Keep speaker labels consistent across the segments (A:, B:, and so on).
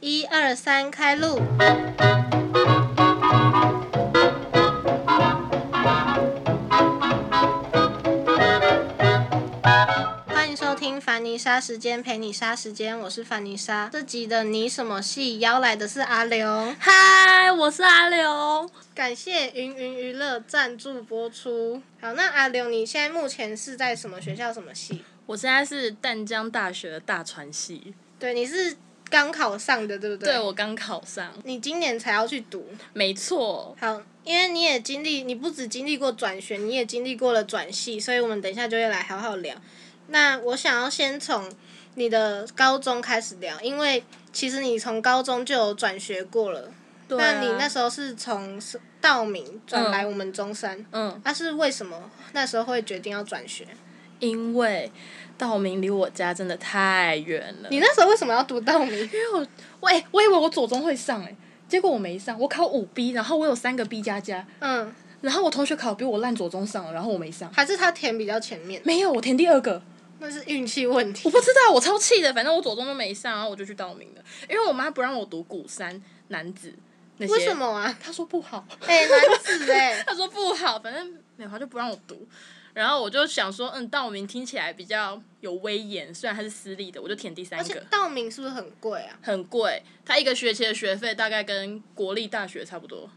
A: 一二三，开路！欢迎收听凡妮莎时间陪你杀时间，我是凡妮莎。这集的你什么戏邀来的是阿刘，
B: 嗨，我是阿刘。
A: 感谢云云娱乐赞助播出。好，那阿刘，你现在目前是在什么学校什么系？
B: 我现在是淡江大学的大传系，
A: 对，你是刚考上的，对不对？
B: 对我刚考上，
A: 你今年才要去读，
B: 没错，
A: 好，因为你也经历，你不只经历过转学，你也经历过了转系，所以我们等一下就会来好好聊。那我想要先从你的高中开始聊，因为其实你从高中就有转学过了。
B: 对啊
A: 那你那时候是从道明转来我们中山，
B: 嗯，
A: 那、是为什么那时候会决定要转学？
B: 因为道明离我家真的太远了。
A: 你那时候为什么要读道明？
B: 因为我，我哎、我以为我左中会上哎、结果我没上，我考五 B，然后我有三个 B 加加，
A: 嗯，
B: 然后我同学考比我烂左中上了，然后我没上。
A: 还是他填比较前面？
B: 没有，我填第二个，
A: 那是运气问题
B: 我。不知道，我超气的。反正我左中都没上，然后我就去道明了，因为我妈不让我读古三男子那些。
A: 为什么？ 啊？
B: 她说不好。
A: 哎、男子哎、
B: 他说不好，反正美华就不让我读。然后我就想说，嗯，道明听起来比较有威严，虽然它是私立的，我就填第三
A: 而且
B: 个，
A: 道明是不是很贵啊？
B: 很贵，它一个学期的学费大概跟国立大学差不多。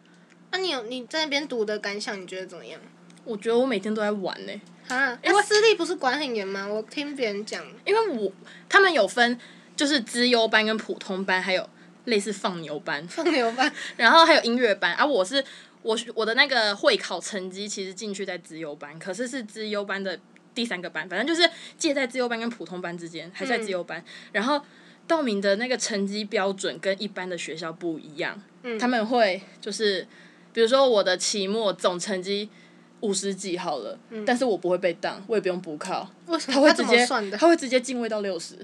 A: 那、你有你在那边读的感想，你觉得怎么样？
B: 我觉得我每天都在玩呢、
A: 啊，
B: 因
A: 那
B: 为
A: 私立不是管很严吗？我听别人讲，
B: 因为我他们有分就是资优班跟普通班，还有类似放牛班，
A: 放牛班，
B: 然后还有音乐班啊，我是。我我的那个会考成绩其实进去在资优班，可是是资优班的第三个班，反正就是介在资优班跟普通班之间，
A: 嗯
B: 还是在资优班。然后道明的那个成绩标准跟一般的学校不一样，
A: 嗯
B: 他们会就是比如说我的期末总成绩五十几好了，但是我不会被当，我也不用补考，
A: 为什
B: 他
A: 么
B: 会
A: 嗯他
B: 直
A: 怎么
B: 接
A: 算的？
B: 他会直接进位到六十。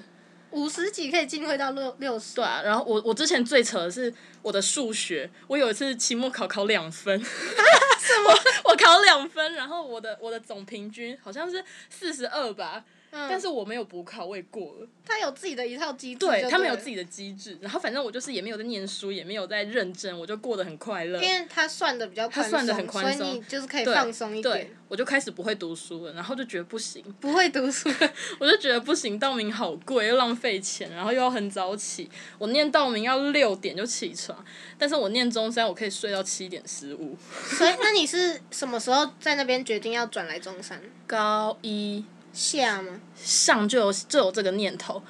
A: 五十几可以进会到六六十，
B: 对啊，然后我我之前最扯的是我的数学，我有一次期末考考两分， 什么？我考两分，然后我的我的总平均好像是四十二吧，
A: 嗯
B: 但是我没有补考，我也过了。
A: 他有自己的一套机制，
B: 对他们有自
A: 己，
B: 己的机制，然后反正我就是也没有在念书，也没有在认真，我就过得很快乐。
A: 因为他算的比较宽松，
B: 他算得很宽松
A: 所以你就是可以
B: 对
A: 放松一
B: 对
A: 点，，
B: 我就开始不会读书了，然后就觉得不行，
A: 不会读 书，
B: 我就觉得不行，道明好贵，又浪费钱，然后又要很早起。我念道明要六点就起床，但是我念中山我可以睡到七点十五。
A: 所以那你是什么时候在那边决定要转来中山
B: 高一
A: 下吗？
B: 上就有就有这个念头，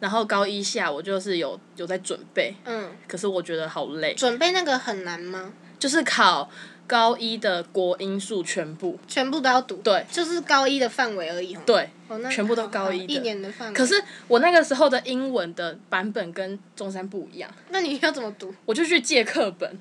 B: 然后高一下我就是有有在准备，
A: 嗯，
B: 可是我觉得好累，
A: 准备那个很难吗？
B: 就是考高一的国英数全部，
A: 全部都要读，
B: 对，
A: 就是高一的范围而已哦。
B: 对，
A: 哦，那
B: 全部都
A: 好
B: 高
A: 好
B: 一的
A: 一年的范围。
B: 可是我那个时候的英文的版本跟中山不一样，
A: 那你要怎么读？
B: 我就去借课本，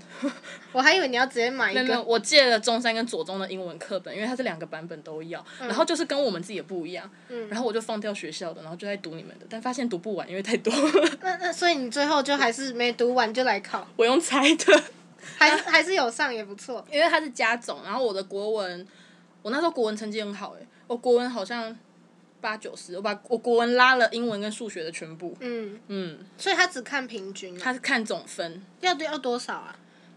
A: 我还以为你要直接买一
B: 没有没有，
A: 个，
B: 我借了中山跟左中的英文课本，因为它是两个版本都要，然后就是跟我们自己的不一样，
A: 嗯
B: 然后我就放掉学校的，然后就在读你们的，但发现读不完，因为太多，
A: 那那所以你最后就还是没读完就来考，
B: 我用猜的。
A: 还
B: 啊
A: 是还是有上也不错。
B: 因为他是加总，然后我的国文，我那时候国文成绩很好诶、欸我国文好像八九十，我把我国文拉了英文跟数学的全部，
A: 嗯，
B: 嗯，
A: 所以他只看平均、啊，
B: 他是看总分
A: 要要多少啊？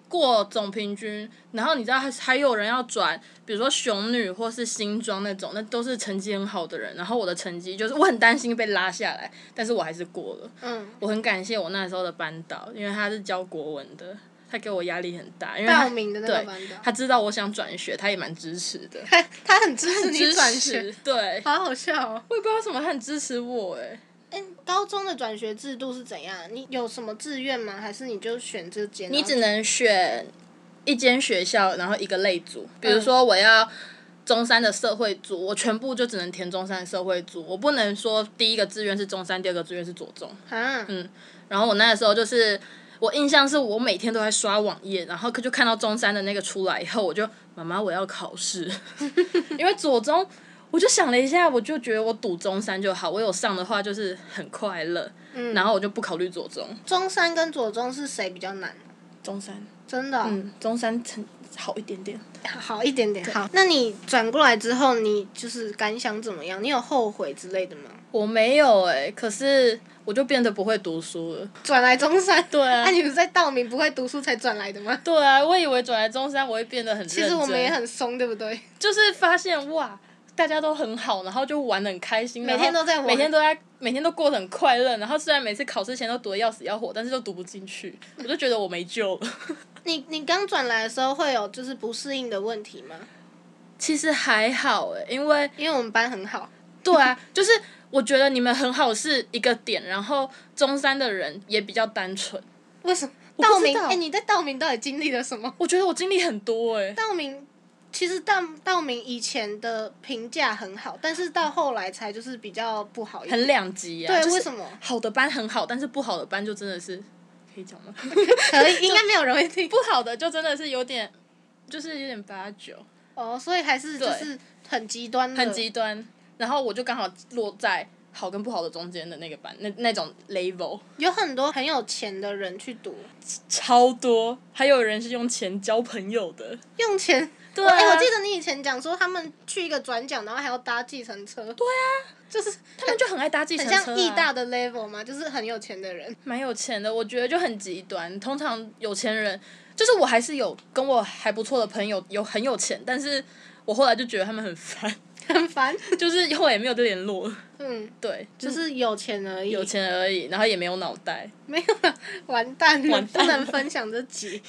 B: 过总平均，然后你知道还还有人要转，比如说雄女或是新庄那种，那都是成绩很好的人，然后我的成绩就是我很担心被拉下来，但是我还是过了，
A: 嗯，
B: 我很感谢我那时候的班导，因为他是教国文的。他给我压力很大，因为
A: 报
B: 他
A: 名的那个
B: 对
A: 班导，
B: 他知道我想转学，他也蛮支持的。
A: 他嗯他很支持 你
B: 支
A: 转
B: 持
A: 学，
B: 对，
A: 好好笑哦。
B: 我也不知道为什么他很支持我哎。
A: 哎、高中的转学制度是怎样？你有什么志愿吗？还是你就选这间？
B: 你
A: 然后
B: 只能选一间学校，然后一个类组，比如说我要。中山的社会组，我全部就只能填中山的社会组，我不能说第一个志愿是中山，第二个志愿是左中。
A: 啊，
B: 嗯然后我那个时候就是，我印象是我每天都在刷网页，然后就看到中山的那个出来以后，我就妈妈我要考试， 因为左中，我就想了一下，我就觉得我赌中山就好，我有上的话就是很快乐，
A: 嗯
B: 然后我就不考虑左中，
A: 中山跟左中是谁比较难？
B: 中山，
A: 真的哦、
B: 嗯，中山成好一点点，
A: 好一点点。好，那你转过来之后，你就是感想怎么样？你有后悔之类的吗？
B: 我没有哎、可是我就变得不会读书了。
A: 转来中山，
B: 对啊
A: 那、你不是在道明不会读书才转来的吗？
B: 对啊，我以为转来中山我会变得很认真，
A: 其实我们也很松，对不对？
B: 就是发现哇，大家都很好，然后就玩的很开心，
A: 每天都在玩
B: 然后每天都在，每天都过得很快乐。然后虽然每次考试前都读的要死要活，但是都读不进去，我就觉得我没救了。
A: 你你刚转来的时候会有就是不适应的问题吗？
B: 其实还好哎、因为
A: 因为我们班很好，
B: 对啊，就是我觉得你们很好是一个点，然后中山的人也比较单纯。
A: 为什么？
B: 我不知
A: 道明，
B: 道
A: 哎、你在道明到底经历了什么？
B: 我觉得我经历很多哎、
A: 道明其实道道明以前的评价很好，但是到后来才就是比较不好一点。
B: 很两极啊。
A: 对
B: 就是
A: 为什么
B: 好的班很好，但是不好的班就真的是可以讲吗？
A: 可以，应该没有人会听。
B: 不好的就真的是有点，就是有点八九，
A: 哦，所以还是就是很极端的。
B: 很极端。然后我就刚好落在好跟不好的中间的那个班，那那种 level
A: 有很多很有钱的人去读，
B: 超多，还有人是用钱交朋友的。
A: 用钱。
B: 对
A: 我
B: 啊，
A: 哎我记得你以前讲说他们去一个转角，然后还要搭计程车。对啊，就是
B: 他们就很爱搭计程
A: 很
B: 车、啊，
A: 像义大的 level 嘛，就是很有钱的人。
B: 蛮有钱的，我觉得就很极端。通常有钱人，就是我还是有跟我还不错的朋友有很有钱，但是我后来就觉得他们很烦，
A: 很烦。
B: 就是后来也没有再联络了。
A: 嗯，
B: 对，就
A: 就是是有钱而已，
B: 有钱而已，然后也没有脑袋。
A: 没有了，完蛋了，
B: 完蛋
A: 不
B: 了
A: 能分享这 集。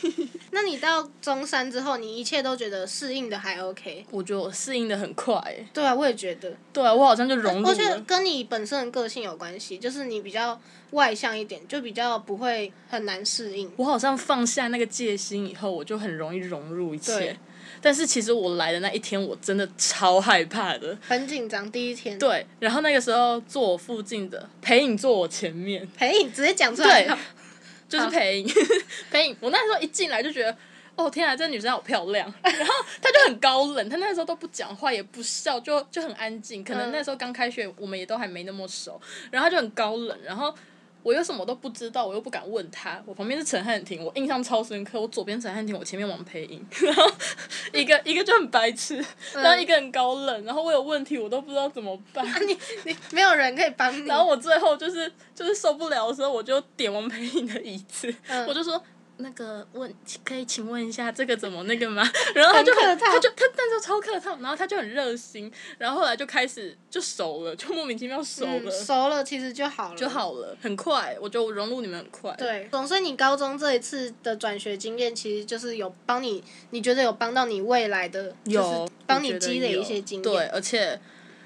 A: 那你到中山之后，你一切都觉得适应的还 OK？
B: 我觉得我适应的很快、欸，
A: 对啊，我也觉得，
B: 对啊，我好像就融入
A: 哎我觉得
B: 了。
A: 跟你本身的个性有关系，就是你比较外向一点，就比较不会很难适应。
B: 我好像放下那个戒心以后，我就很容易融入一切
A: 对。
B: 但是其实我来的那一天，我真的超害怕的。
A: 很紧张，第一天。，
B: 对，然后那个时候坐我附近的裴颖坐我前面，
A: 陪你直接讲出来
B: 对。，就是裴 颖，裴颖，我那时候一进来就觉得。哦天啊，这女生好漂亮！然后她就很高冷，她那时候都不讲话，也不笑，就就很安静。可能
A: 嗯
B: 那时候刚开学，我们也都还没那么熟，然后她就很高冷。然后我又什么都不知道，我又不敢问她。我旁边是陈汉廷，我印象超深刻。我左边陈汉廷，我前面王培英， 然后一个一个就很白痴，
A: 嗯
B: 然后一个很高冷。然后我有问题，我都不知道怎么办。
A: 啊你 你没有人可以帮你
B: 然，后我最后就是就是受不了的时候，我就点王培颖的椅子，
A: 嗯
B: 我就说那个问可以请问一下这个怎么那个吗？ 然后他就
A: 很客套
B: 他就他那时候超客套，然后他就很热心，然后后来就开始就熟了，就莫名其妙熟了、
A: 嗯，熟了其实就好了，
B: 就。好了，很快，我觉得我融入你们很快。
A: 对，总所以你高中这一次的转学经验，其实就是有帮你，你觉得有帮到你未来的，就是帮
B: 我
A: 你
B: 觉得
A: 积累
B: 有
A: 一些经
B: 对，
A: 验。
B: 而且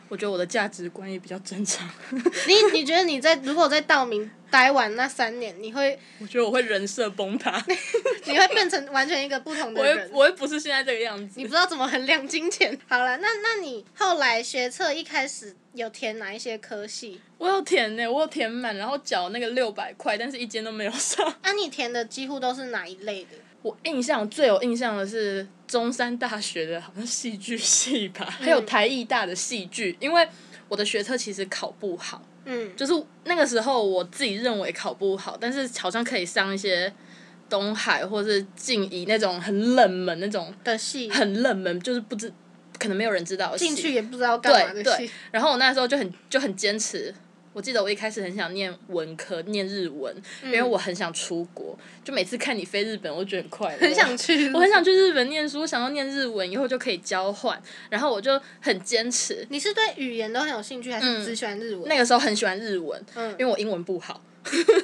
B: 我觉得我的价值观也比较正常，
A: 你你觉得你在如果在道明待完那三年，你会
B: 我觉得我会人设崩塌，
A: 你会变成完全一个不同
B: 我
A: 的
B: 会
A: 人，
B: 我会不是现在这个样子
A: 你不。知道怎么衡量金钱。好了，那那你后来学测一开始有填哪一些科系？
B: 我有填呢、我有填满，然后缴那个六百块，但是一间都没 有上。
A: 啊，你填的几乎都是哪一类的？
B: 我印象最有印象的是中山大学的好像戏剧系吧，
A: 嗯
B: 还有台艺大的戏剧，因为我的学测其实考不好，
A: 嗯，
B: 就是那个时候我自己认为考不好，但是好像可以上一些东海或是静怡那种很冷门那种
A: 的系
B: 很冷门，就是不知可能没有人知道的系
A: 进去也不知道干嘛的
B: 对
A: 系
B: 对。然后我那时候就很就很坚持。我记得我一开始很想念文科，念日文，
A: 嗯
B: 因为我很想出国。就每次看你飞日本，我就觉得很快乐。
A: 很想去，
B: 我很想去日本念书，想要念日文，以后就可以交换。然后我就很坚持，
A: 你是对语言都很有兴趣，还是只喜欢日文？
B: 嗯那个时候很喜欢日文，
A: 嗯
B: 因为我英文不好，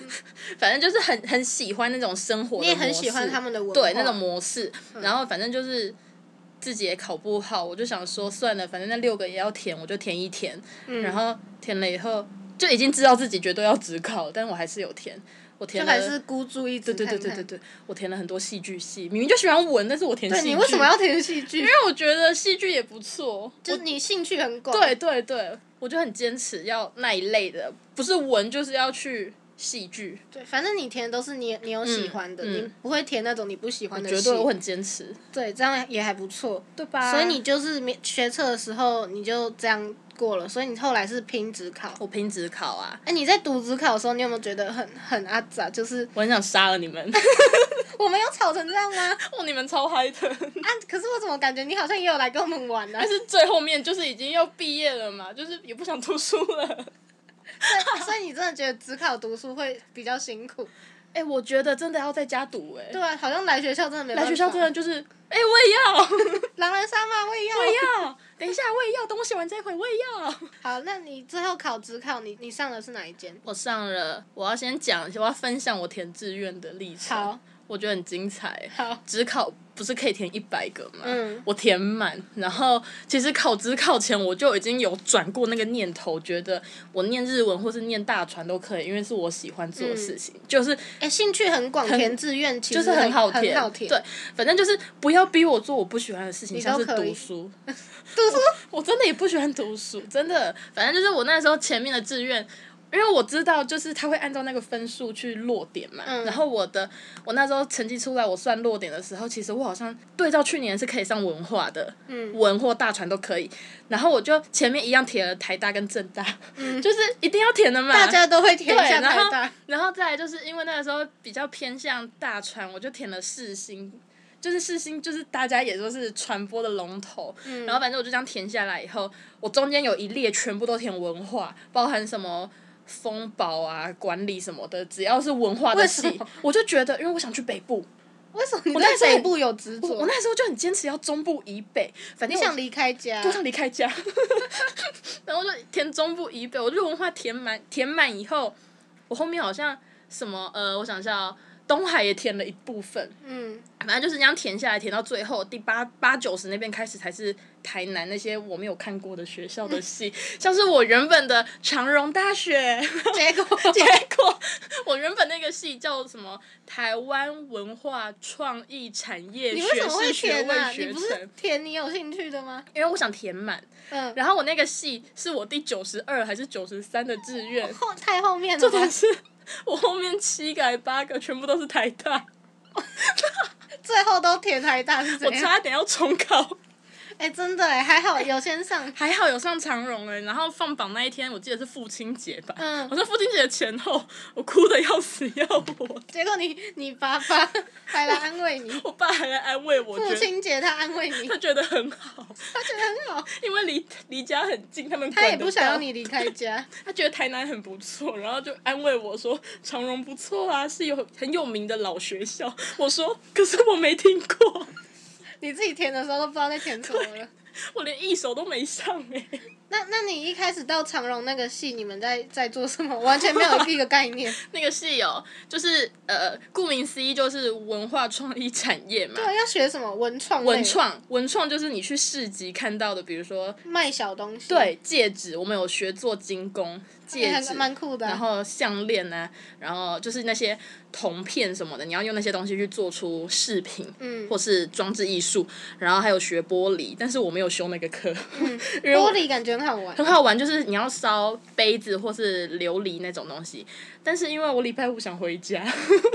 B: 反正就是很很喜欢那种生活的模式，
A: 你也很喜欢他们的文化，
B: 对那种模式。
A: 嗯
B: 然后反正就是自己也考不好，我就想说算了，反正那六个也要填，我就填一填。
A: 嗯
B: 然后填了以后，就已经知道自己绝对要只考，但我还是有填。我填
A: 就
B: 了，
A: 还是孤注一掷。
B: 对对对对
A: 看看，
B: 对，我填了很多戏剧系，明明就喜欢文，但是我填戏
A: 对
B: 剧。
A: 你为什么要填戏剧？因为
B: 但我觉得戏剧也不错，
A: 就
B: 我
A: 是你兴趣很广。
B: 对，对对，我就很坚持要那一类的，不是文就是要去戏剧，
A: 对，反正你填的都是你你有喜欢的，
B: 嗯
A: 你不会填那种你不喜欢的
B: 绝
A: 戏。
B: 对我很坚持，
A: 对，这样也还不错。
B: 对吧
A: 所以你就是没学测的时候你就这样过了，所以你后来是拼职考。
B: 我拼职考啊，
A: 哎，你在读职考的时候，你有没有觉得很很阿杂？就是
B: 我很想杀了你们，
A: 我们有吵成这样吗？啊，
B: 哦，你们超嗨的。
A: 可是我怎么感觉你好像也有 来跟我们玩呢、啊
B: 但是最后面就是已经要毕业了嘛，就是也不想读书 了。
A: 所以所以你真的觉得只考读书会比较辛苦？
B: 哎、我觉得真的要在家读哎、
A: 对啊，好像来学校真的没办法。
B: 来学校真的就是，哎、 我也要，
A: 狼人杀嘛，我也要。
B: 我也要，等一下我也要，等我写完这一回我也要。
A: 好，那你最后考职考，你你上的是哪一间？
B: 我上了，我要先讲，我要分享我填志愿的历程。
A: 好，
B: 我觉得很精彩。
A: 好，
B: 只考不是可以填一百个吗？
A: 嗯
B: 我填满，然后其实考职考前我就已经有转过那个念头，觉得我念日文或是念大传都可以，因为是我喜欢做的事情，就是
A: 哎，兴趣很广，填志愿其实
B: 就是
A: 很
B: 好
A: 很
B: 填，
A: 好填。
B: 对，，反正就是不要逼我做我不喜欢的事情，
A: 你都
B: 像是
A: 可以
B: 读书，
A: 读书
B: 我真的也不喜欢读书，真的。反正就是我那时候前面的志愿，因为我知道就是他会按照那个分数去落点嘛。
A: 嗯
B: 然后我的我那时候成绩出来，我算落点的时候，其实我好像对照去年是可以上文化的，
A: 嗯
B: 文或大传都可以。然后我就前面一样填了台大跟政大， 就是一定要填的嘛。
A: 嗯大家都会填一
B: 对，
A: 下
B: 然
A: 台
B: 后
A: 大。
B: 然后再来就是因为那个时候比较偏向大传，我就填了世新，就是世新就是大家也都是传播的龙头，
A: 嗯
B: 然后反正我就这样填下来以后，我中间有一列全部都填文化，包含什么。风保啊，管理什么的，只要是文化的
A: 为什
B: 系
A: 么，
B: 我就觉得，因为我想去北部，
A: 为什么你
B: 我
A: 对
B: 那时候
A: 北部有执
B: 我
A: 着？
B: 那时候就很坚持要中部以北，反
A: 你
B: 正我
A: 想离开家
B: 多？想离开家， 然后就填中部以北，我就文化填满，填满以后，我后面好像什么呃，我想一下、哦，东海也填了一部分，
A: 嗯，
B: 反正就是这样填下来，填到最后第八八九十那边开始才是台南那些我没有看过的学校的系，像是我原本的长荣大学，
A: 结果
B: 结果我原本那个系叫什么台湾文化创意产业
A: 你为什
B: 学
A: 么
B: 士
A: 会
B: 学
A: 填啊？
B: 位
A: 你
B: 学
A: 不
B: 程
A: 是，填你有兴趣的吗？
B: 因为我想填满。
A: 嗯，
B: 然后我那个系是我第九十二还是九十三的志愿，
A: 后太后面了
B: 重
A: 吧，
B: 点是 我后面七个还八个全部都是台大，
A: 最后都填台大是
B: 我
A: 怎样？
B: 差点要重考，
A: 哎，真的哎，还好有先上。
B: 还好有上长荣哎、然后放榜那一天，我记得是父亲节吧，
A: 嗯
B: 我说父亲节前后，我哭的要死要活，
A: 结果你 你爸爸还来安慰你，
B: 我爸还来安慰我，
A: 父
B: 觉得
A: 亲节他安慰 你
B: 他，觉得很好，
A: 他觉得很好，
B: 因为离离家很近，他们
A: 他
B: 管
A: 也
B: 得
A: 不想
B: 到
A: 要你离开家。
B: 他觉得台南很不错， 然后就安慰我说长荣不错啊，是有很有名的老学校。我说可是我没听过，
A: 你自己填的时候都不知道在填什么 了。
B: 我连一首都没上哎、
A: 那那你一开始到长荣那个戏，你们在在做什么？完全没有一个概 念。
B: 那个系哦，就是呃，顾名思义就是文化创意产业嘛。
A: 对，啊要学什么文创？
B: 文，创，文创就是你去市集看到的，比如说
A: 卖小东西。
B: 对戒指，我们有学做精工
A: 哎，
B: 戒
A: 还
B: 指，
A: 蛮酷的啊。
B: 然后项链啊，然后就是那些铜片什么的，你要用那些东西去做出饰品，
A: 嗯
B: 或是装置艺术，然后还有学玻璃，但是我没有修那个课，
A: 嗯
B: 因为我
A: 玻璃感觉很好玩。
B: 很好玩，就是你要烧杯子或是琉璃那种东西，但是因为我礼拜五想回家，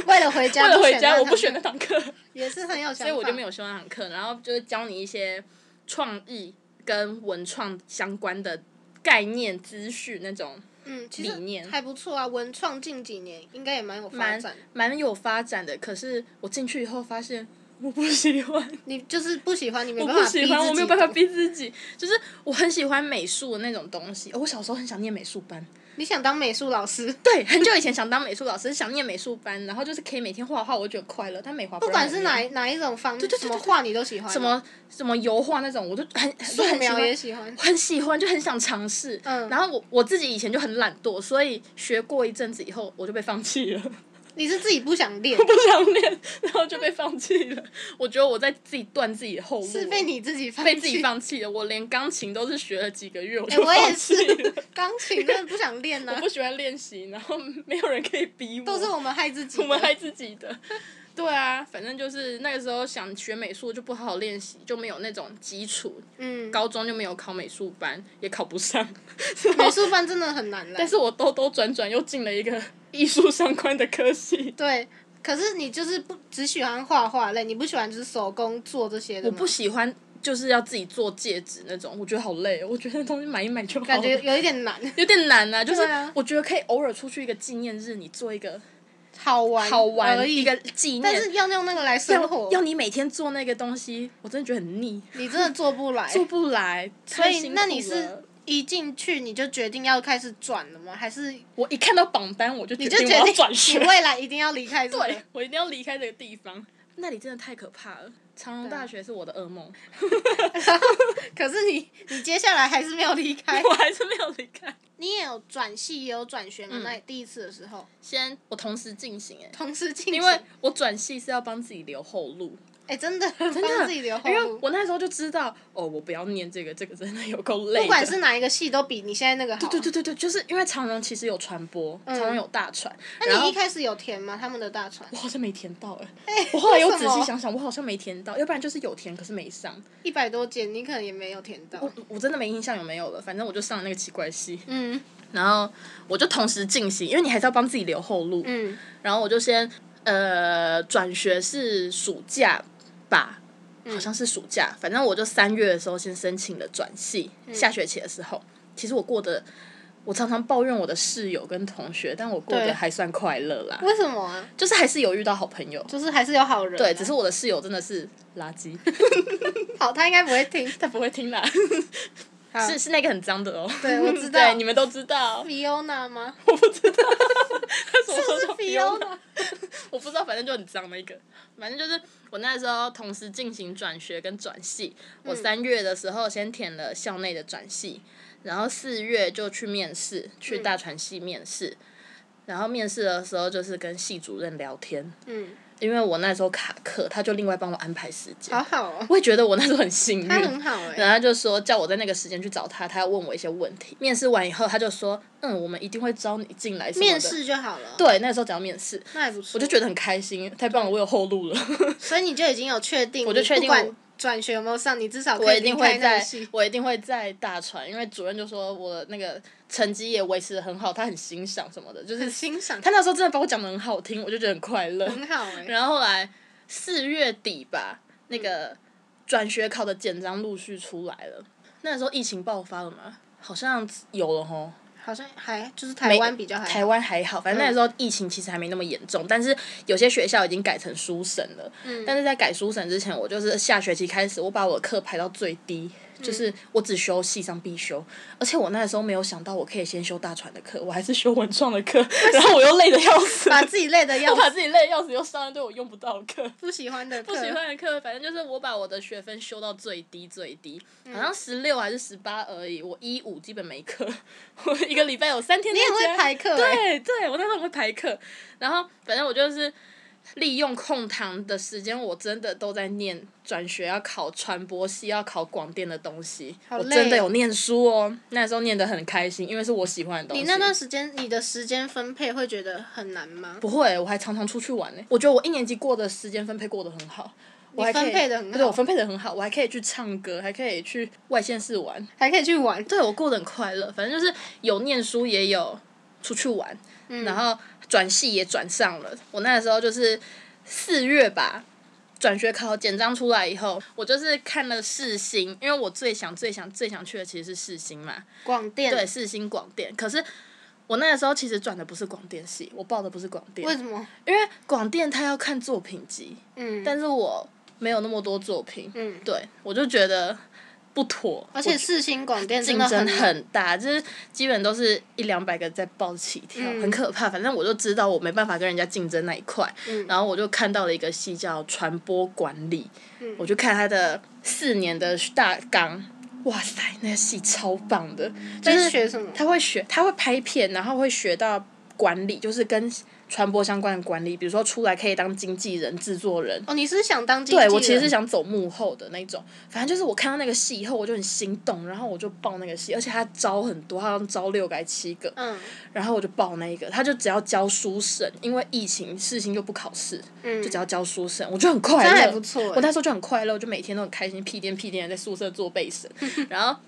A: 为了回 家，
B: 为了 回家
A: 那
B: 我不
A: 堂
B: 选那堂课，
A: 也是很有想法。所
B: 所以我就没有修那堂课，然后就是教你一些创意跟文创相关的概念资讯那种。
A: 嗯，其实
B: 理念
A: 还不错啊。文创近几年应该也蛮有发
B: 蛮
A: 展。
B: 蛮有发展的。可是我进去以后发现，我不喜欢，
A: 你就是不喜欢，你没
B: 我
A: 办法
B: 不
A: 逼自己
B: 喜欢，我没有办法。逼自己。就是我很喜欢美术的那种东西，哦我小时候很想念美术班，
A: 你想当美术老师，
B: 对，很久以前想当美术老师，想念美术班，然后就是可以每天画画，我觉得快乐。但美画不
A: 不管是哪一哪一种方面，
B: 对对
A: 什么画你都喜欢吗。
B: 什么什么油画那种，我就很素
A: 素描也喜欢。
B: 很喜欢，就 很想尝试。
A: 嗯
B: 然后我我自己以前就很懒惰，所以学过一阵子以后，我就被放弃了。
A: 你是自己不想练，
B: 不想练，然后就被放弃了。我觉得我在自己断自己的后路，哦
A: 是被你自己放
B: 被自己
A: 弃。
B: 放弃了。我连钢琴都是学了几个月，我
A: 哎、
B: 就
A: 我也
B: 放弃
A: 是
B: 了。，
A: 钢琴真的不想练呢、
B: 我不喜欢练习，然后没有人可以逼我，
A: 都是我们害自己的。
B: 我们害自己的。对啊，反正就是那个时候想学美术就不好好练习，就没有那种基础。
A: 嗯，
B: 高中就没有考美术班，也考不上。
A: 美术班真的很难来。
B: 但是我兜兜转转又进了一个 艺术相关的科系。
A: 对，可是你就是不只喜欢画画类，你不喜欢就是手工做这些的
B: 我
A: 吗
B: 不喜欢就是要自己做戒指那种，我觉得好累哦。我觉得那东西买一买就好了。
A: 感觉有一点难，
B: 有点难呐、就是
A: 对啊
B: 我觉得可以偶尔出去一个纪念日，你做一个
A: 好玩
B: 好玩
A: 而
B: 一
A: 已。
B: 个纪念，
A: 但是要用那个来生活
B: 要，要你每天做那个东西，我真的觉得很腻，
A: 你真的做不来。
B: 做不来，
A: 所
B: 太
A: 以
B: 辛苦
A: 哎那你
B: 了
A: 是一进去你就决定要开始转了吗？还 是
B: 我一看到榜单，我就
A: 你就
B: 决定
A: 决
B: 我要
A: 定
B: 转
A: 你
B: 学，
A: 未来一定要离开这个？
B: 对 我一定要离开这个地方。那里真的太可怕了，长荣
A: 对啊
B: 大学是我的噩梦，，
A: 可是你你接下来还是没有离开
B: 我还是没有离开。
A: 你也有转系也有转学嘛？那第一次的时候
B: 先我同时进行哎、
A: 同时进行，
B: 因为我转系是要帮自己留后路，
A: 哎真的帮
B: 真的啊
A: 自己留后
B: 因为
A: 路，
B: 我那时候就知道，哦，我不要念这个，这个真的有够累的。
A: 不管是哪一个系都比你现在那个好。
B: 对对对对，就是因为长荣其实有传播，长荣有大传，然
A: 那你
B: 后
A: 一开始有填吗？他们的大船
B: 我好像没填到哎、我后来又
A: 为什
B: 仔
A: 么
B: 细想想，我好像没填到，要不然就是有填可是没上，
A: 一百多间，你可能也没有填到。
B: 我我真的没印象有没有了，反正我就上了那个奇怪系，
A: 嗯
B: 然后我就同时进行，因为你还是要帮自己留后路，
A: 嗯，
B: 然后我就先呃转学是暑假吧，
A: 嗯
B: 好像是暑假，反正我就三月的时候先申请了转系，
A: 嗯
B: 下学期的时候，其实我过得。我常常抱怨我的室友跟同学，但我过
A: 对
B: 得还算快乐啦，
A: 为什么啊？
B: 就是还是有遇到好朋友。
A: 就是还是有好人啊、
B: 对，只是我的室友真的是垃圾，
A: 好，他应该不会 听。
B: 他不会听啦，
A: 好
B: 是是那个很脏的哦。
A: 对我知道
B: 对，你们都知道。
A: Fiona 吗？
B: 是
A: 是不是 Fiona？
B: 我不知道，反正就很脏那个。反正就是我那时候同时进行转学跟转系，
A: 嗯
B: 我三月的时候先填了校内的转系，然后四月就去面试，去
A: 嗯
B: 大传系面试。然后面试的时候就是跟系主任聊天，
A: 嗯，
B: 因为我那时候卡课，他就另外帮我安排时间。
A: 好好哦，
B: 我也觉得我那时候很幸运，
A: 他很好哎、
B: 嗯然后他就说叫我在那个时间去找他，他要问我一些问题。面试完以后，他就说，嗯，我们一定会招你进来什么的。
A: 面试就好了。，
B: 对，那时候只要面试，
A: 那也不错。
B: 我就觉得很开心，太棒了，我有后路了。
A: 所以你就已经有确定，我
B: 就确定
A: 不
B: 我
A: 管转学有没有上，你至少
B: 我
A: 可以
B: 一定
A: 离
B: 会
A: 开那个
B: 在
A: 系，。
B: 我一定会在大船，因为主任就说我那个成绩也维持的很好，他很欣赏什么的，就是
A: 很欣赏，
B: 他那时候真的把我讲的很好听，我就觉得很快乐。
A: 很好哎、
B: 然后后来四月底吧，那个转学考的简章陆续出来了，那时候疫情爆发了嘛，好像有了吼。
A: 好像还就是台湾比较还
B: 哎台
A: 好嗯
B: 湾还好，反正那时候疫情其实还没那么严重，但是有些学校已经改成书审了。
A: 嗯
B: 但是在改书审之前，我就是下学期开始，我把我的课排到最低，
A: 嗯
B: 就是我只修系上必修，而且我那时候没有想到我可以先修大传的课，我还是修文创的课，然后我又累得要死，
A: 把自己累的要
B: 我把
A: 死，
B: 自己累得要死，又上了对我用不到的课。
A: 不喜欢的课
B: 不喜欢的课，反正就是我把我的学分修到最低最低，
A: 嗯
B: 好像十六还是十八而已。我一五基本没课，我一个礼拜有三天
A: 你
B: 在
A: 也
B: 家。
A: 会排课欸
B: 对对，我那时候很会排课，然后反正我就是利用空堂的时间，我真的都在念转学，要考传播系，要考广电的东西。
A: 好
B: 我
A: 累
B: 真的
A: 哦
B: 有念书哦，那时候念得很开心，因为是我喜欢的东西。
A: 你那段时间你的时间分配会觉得很难吗？
B: 不会，我还常常出去玩呢。欸我觉得我一年级过的时间分配过得很好，我还可以
A: 分配得很好
B: 对我分配的很好，我还可以去唱歌，还可以去外县市玩，
A: 还可以去玩，
B: 对我过得很快乐。反正就是有念书，也有出去玩，然后转系也转上了。我那时候就是四月吧。转学考简章出来以后，我就是看了世新，因为我最想、最想、最想去的其实是世新嘛。
A: 广电
B: 对，世新广电。可是我那个时候其实转的不是广电系，我报的不是广电。
A: 为什么？
B: 因为广电它要看作品集，
A: 嗯，
B: 但是我没有那么多作品，
A: 嗯
B: 对我就觉得不妥，
A: 而且世新广电真
B: 竞
A: 的
B: 争
A: 很
B: 很大，就是基本都是一两百个在报起跳，
A: 嗯
B: 很可怕。反正我就知道我没办法跟人家竞争那一块，
A: 嗯
B: 然后我就看到了一个系叫传播管理，
A: 嗯
B: 我就看他的四年的大纲。哇塞，那个系超棒的，就
A: 在
B: 是
A: 学什么？
B: 他会学，他会拍片，然后会学到管理，就是跟传播相关的管理，比如说出来可以当经纪人、制作人。
A: 哦，你是想当经纪
B: 对
A: 人？
B: 我其实是想走幕后的那种，反正就是我看到那个戏以后，我就很心动，然后我就报那个戏，而且他招很多，他好像招六个还七个，
A: 嗯
B: 然后我就报那一个，他就只要教书审，因为疫情事情就不考试，
A: 嗯，
B: 就只要教书审，我就很快乐，
A: 那还不错欸
B: 我那时候就很快乐，我就每天都很开心，屁颠屁颠的在宿舍做背审。然后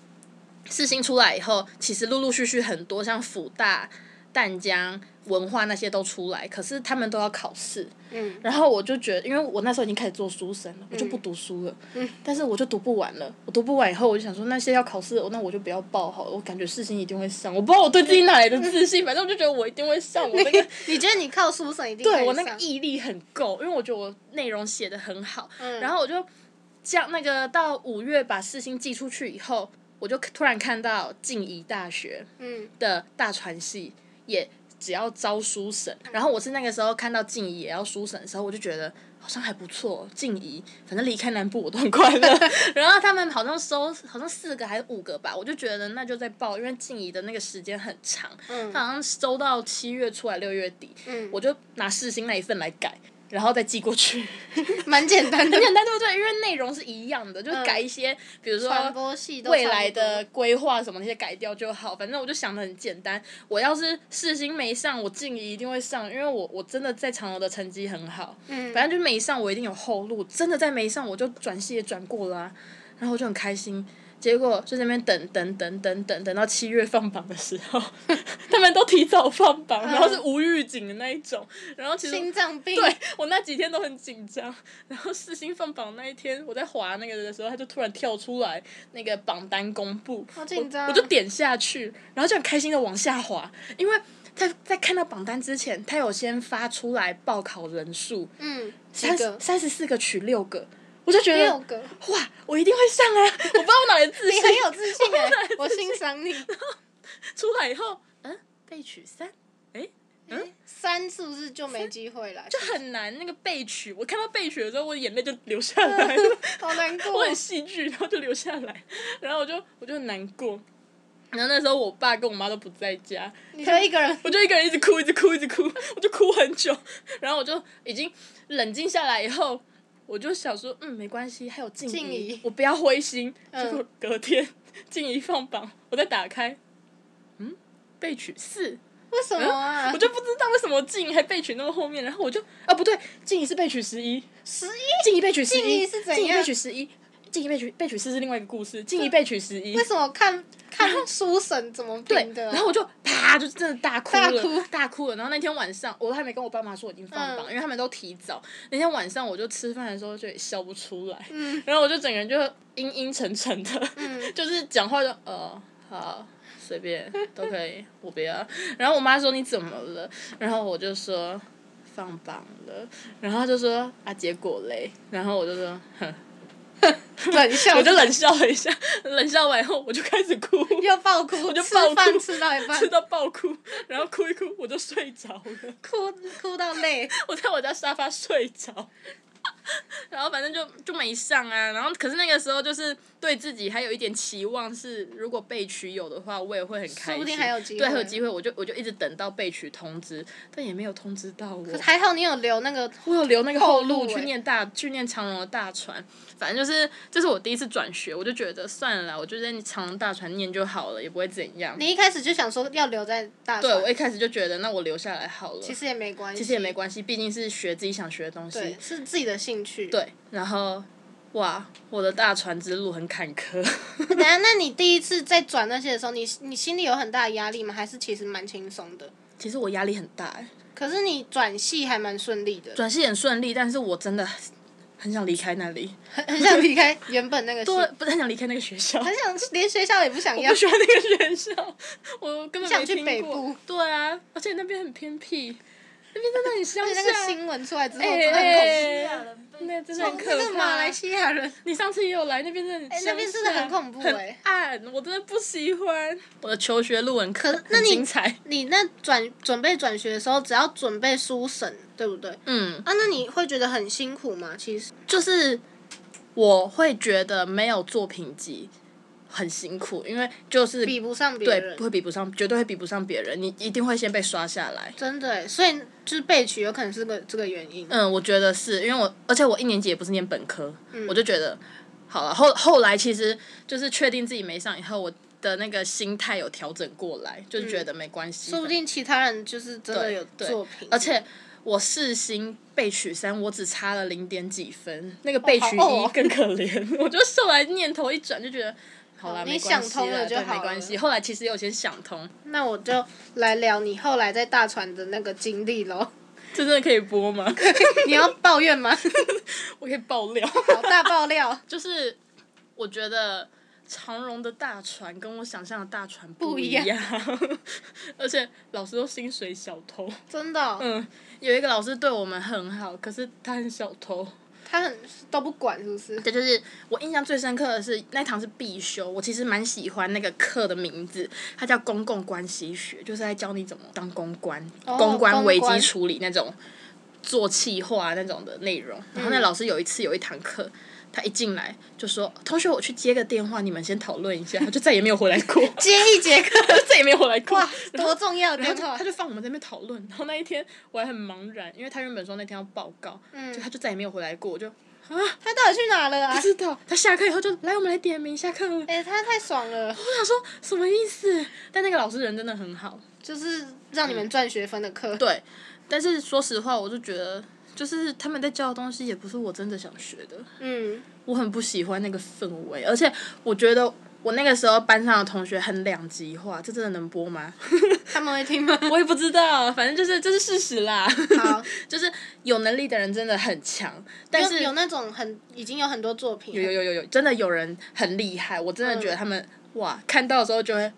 B: 四星出来以后，其实陆陆续续很多像辅大、淡江、文化那些都出来，可是他们都要考试。
A: 嗯
B: 然后我就觉得，因为我那时候已经开始做书生了，我就不读书了。
A: 嗯
B: 但是我就读不完了，我读不完以后，我就想说那些要考试，的，那我就不要报好了。我感觉四星一定会上，我不知道我对自己哪来的自信，反正我就觉得我一定会上。我那个
A: 你觉得你靠书生一定可
B: 对
A: 以
B: 我那个
A: 上
B: 毅力很够，因为我觉得我内容写的很好，
A: 嗯
B: 然后我就这样那个到五月把事情寄出去以后。我就突然看到静宜大学
A: 嗯，
B: 的大传系也只要招书审，然后我是那个时候看到静怡也要书审的时候，我就觉得好像还不错，静怡反正离开南部我都很快乐。 然后他们好像收好像四个还是五个吧，我就觉得那就在报，因为静怡的那个时间很长，
A: 嗯
B: 他好像收到七月出来六月底，
A: 嗯
B: 我就拿世新那一份来改。然后再寄过去，
A: 蛮简单的
B: 很。简单，对不对？因为内容是一样的，就是
A: 嗯
B: 改一些，比如说
A: 传播系都
B: 未
A: 差不
B: 来的
A: 多
B: 规划什么那些改掉就好，反正我就想的很简单。我要是世新没上，我静怡一定会上，因为我我真的在长荣的成绩很好，
A: 嗯，
B: 反正就是没上我一定有后路。真的在没上，我就转系也转过了、啊，然后我就很开心。结果就在那边等等等等等等到七月放榜的时候， 他们都提早放榜，然后是无预警的那一种，然后其实
A: 心脏病
B: 对我那几天都很紧张，然后四星放榜那一天，我在划那个的时候，他就突然跳出来那个榜单公布，
A: 好紧张
B: 我，我就点下去，然后就很开心的往下滑，因为在在看到榜单之前，他有先发出来报考人数，
A: 嗯几
B: 三
A: 个
B: 三十四个取六个，我就觉
A: 六
B: 得
A: 个，
B: 哇，我一定会上啊！我不知道我哪来的 自
A: 你
B: 信，欸
A: 很有自信哎，我欣赏 你。
B: 出来以后，嗯，被取三。
A: 三是不是就没机会了？
B: 嗯就很难那个被取，我看到被取的时候，我眼泪就流 下来了。
A: 好难过
B: 我。很戏剧，然后就留下来，然后我就我就很难过。然后那时候我爸跟我妈都不在家，
A: 你就一个人，
B: 我就一个人一直哭，一直哭，一直哭，我就哭很久。然后我就已经冷静下来以后，我就想说，嗯，没关系，还有静
A: 静
B: 怡
A: 怡，
B: 我不要灰心。
A: 嗯
B: 结果隔天静怡放榜，我再打开，嗯，被取四。嗯
A: 为什么啊
B: 我？就不知道为什么静怡还被取那么后面，然后我就啊不对，静怡是被取十一，
A: 十一？
B: 静怡被取十一，
A: 静怡是怎样嗯
B: 静怡被取十一，静怡被取被取四是另外一个故事，静怡被取十一
A: 为。什么看看书神怎么
B: 对
A: 病，的啊？
B: 然后我就啪，就真的大哭
A: 大
B: 了，
A: 哭
B: 大哭了。然后那天晚上，我都还没跟我爸妈说我已经放榜，
A: 嗯
B: 因为他们都提早。那天晚上我就吃饭的时候就也笑不出来，
A: 嗯
B: 然后我就整个人就阴阴沉沉的，
A: 嗯
B: 就是讲话就呃好随便都可以，我不要。然后我妈说你怎么了？然后我就说放榜了，然后她就说啊结果嘞，然后我就说哼，
A: 冷笑，
B: 我就冷笑了一下，冷笑完以后我就开 始哭，
A: 又爆哭，我
B: 就爆
A: 吃
B: 哭
A: 饭吃到一半
B: 吃，到爆哭，然后哭一哭我就睡着了，
A: 哭哭到累。
B: 我在我家沙发睡着。 然后反正就就没上啊，然后可是那个时候就是对自己还有一点期望，是如果被取有的话，我也会很开心。
A: 说不定还有机会
B: 对，还有机会，我就我就一直等到被取通知，但也没有通知到我。
A: 还好你有留那个，
B: 我 有留那个后
A: 后
B: 路
A: 路欸
B: 去念大，去念长荣的大船。反正就是，这是我第一次转学，我就觉得算了啦，我就在长荣大船念就好了，也不会怎样。
A: 你一开始就想说要留在大
B: 对，我
A: 学，
B: 一开始就觉得，那我留下来好了。
A: 其实也没关系，
B: 其实也没关系，毕竟是学自己想学的东
A: 对
B: 西。
A: 是自己的兴趣。，
B: 对，然后，哇，我的大船之路很坎坷。
A: 等一下，那你第一次在转那些的时候，你你心里有很大的压力吗？还是其实蛮轻松的？
B: 其实我压力很大、欸，
A: 可是你转系还蛮顺利的，
B: 转系很顺利，但是我真的很想离开那里，
A: 很很想离开原本那个系，
B: 对，不是很想离开那个学校。
A: 很想连学校也不想要
B: 不。喜欢那个学校，我根本
A: 想
B: 没
A: 去
B: 听
A: 北
B: 过
A: 部
B: 对啊，而且那边很偏僻，那边真的很乡
A: 而且
B: 下。
A: 那个新闻出来之后，
B: 哎
A: 真的很
B: 哎那真的很
A: 恐怖。
B: 可
A: 那
B: 怕。
A: 个马来西亚 人，
B: 你上次也有来那边，真的很、
A: 哎那边真
B: 啊
A: 的很恐怖哎
B: 暗，我真的不喜欢。我的求学路很可
A: 是那
B: 很
A: 你
B: 精彩。
A: 你那转准备转学的时候，只要准备书审，对不对？啊，
B: 嗯，
A: 那你会觉得很辛苦吗？其实，
B: 就是我会觉得没有作品集很辛苦，因为就是
A: 比不上别
B: 对
A: 人，
B: 会比不上，绝对会比不上别人，你一定会先被刷下来。
A: 真的耶，所以就是被取有可能是个这个原因。
B: 嗯，我觉得是因为我，而且我一年级也不是念本科，
A: 嗯
B: 我就觉得好了。后后来其实就是确定自己没上以后，我的那个心态有调整过来，就是觉得没关
A: 嗯
B: 系。
A: 说不定其他人就是真的
B: 对
A: 有
B: 对
A: 作品，
B: 而且我试新被取三，我只差了零点几分，那个被取
A: 好哦
B: 一更可怜。 我就后来念头一转，就觉得。好啦，
A: 哦你
B: 没关
A: 想
B: 系
A: 通
B: 啦
A: 了就
B: 对没
A: 好
B: 关
A: 了
B: 系。后来其实有先想通，
A: 那我就来聊你后来在大船的那个经历喽。
B: 这真的可以播吗？
A: 你要抱怨吗？
B: 我可以爆料。
A: 好大爆料，
B: 就是我觉得长荣的大船跟我想象的大船
A: 不
B: 一
A: 一
B: 样，
A: 样
B: 而且老师都薪水小偷。
A: 真的哦、
B: 嗯，有一个老师对我们很好，可是他很小偷。
A: 他很都不管是不是？
B: 这就是我印象最深刻的是那一堂是必修，我其实蛮喜欢那个课的名字，它叫公共关系学，就是在教你怎么当公关、
A: 哦
B: 公关
A: 公
B: 危机
A: 关
B: 处理那种做企划那种的内容。然后那
A: 嗯
B: 老师有一次有一堂课。他一进来就说：“同学，我去接个电话，你们先讨论一下。”他就再也没有回来 过，
A: 接一节课，
B: 他再也没有回来过。
A: 哇，多重要的
B: 然后
A: 电
B: 就
A: 话
B: 他！就放我们在那边讨论，然后那一天我还很茫然，因为他原本说那天要报告，
A: 嗯
B: 就他就再也没有回来过，我就
A: 他到底去哪了啊
B: 不？知道。他下课以后就来我们来点名下课了，
A: 哎、他太爽了，
B: 我想说什么意思？但那个老师人真的很好，
A: 就是让你们赚学分的课。
B: 嗯对。但是说实话，我就觉得就是他们在教的东西也不是我真的想学的，
A: 嗯，
B: 我很不喜欢那个氛围，而且我觉得。我那个时候班上的同学很两极化，这真的能播吗？
A: 他们会听吗？
B: 我也不知道，反正就是这是事实啦。
A: 好，
B: 就是有能力的人真的很强，但是
A: 有有那种很已经有很多作品了，
B: 有有有有有，真的有人很厉害，我真的觉得他们、哇，看到的时候就会，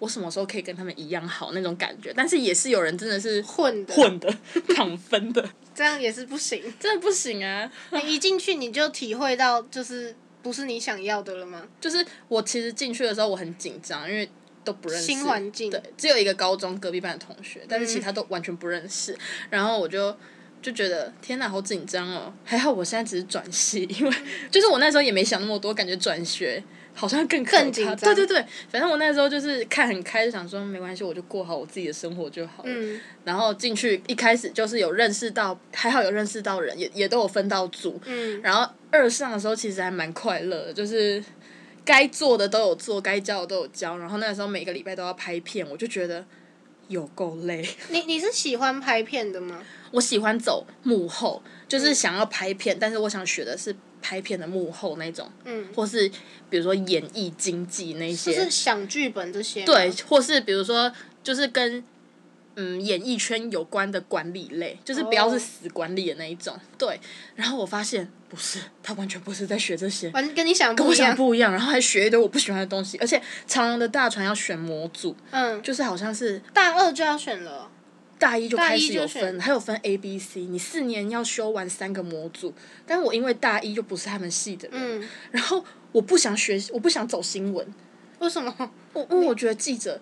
B: 我什么时候可以跟他们一样好那种感觉。但是也是有人真的是
A: 混的，
B: 混的、 躺分的，
A: 这样也是不 行。
B: 真的不行啊！
A: 你一进去你就体会到，就是不是你想要的了吗？
B: 就是我其实进去的时候我很紧张，因为都不认识
A: 新环境嗯
B: 对，只有一个高中隔壁班的同学，但是其他都完全不认识。然后我就就觉得天哪，好紧张哦！还好我现在只是转系，因为
A: 嗯
B: 就是我那时候也没想那么多，感觉转学好像更可
A: 更紧
B: 怕
A: 张
B: 对对对，反正我那时候就是看很开，就想说没关系，我就过好我自己的生活就好了。
A: 嗯，
B: 然后进去一开始就是有认识到，还好有认识到人，也也都有分到组。
A: 嗯
B: 然后二上的时候其实还蛮快乐的，就是该做的都有做，该教的都有教。然后那个时候每个礼拜都要拍片，我就觉得有够累。
A: 你你是喜欢拍片的吗？
B: 我喜欢走幕后，就是想要拍片，但是我想学的是拍片的幕后那种，
A: 嗯，
B: 或是比如说演艺经济那
A: 就
B: 些，
A: 是想剧本这些吗。
B: 对，或是比如说就是跟嗯演艺圈有关的管理类，就是不要
A: 哦
B: 是死管理的那一种。对，然后我发现不是，他完全不是在学这些，
A: 完跟你想的
B: 跟
A: 不
B: 我
A: 一
B: 想
A: 样
B: 的。不一样，然后还学一堆我不喜欢的东西，而且长荣的大船要选模组，
A: 嗯，
B: 就是好像是。
A: 大二就要选了哦。
B: 大一就
A: 大
B: 开
A: 一
B: 始
A: 就
B: 有
A: 选
B: 分，还有分 A、B、C，你四年要修完三个模组，但我因为大一就不是他们系的人，
A: 嗯，
B: 然后我不想学，我不想走新闻，
A: 为什么？
B: 我因为我觉得记者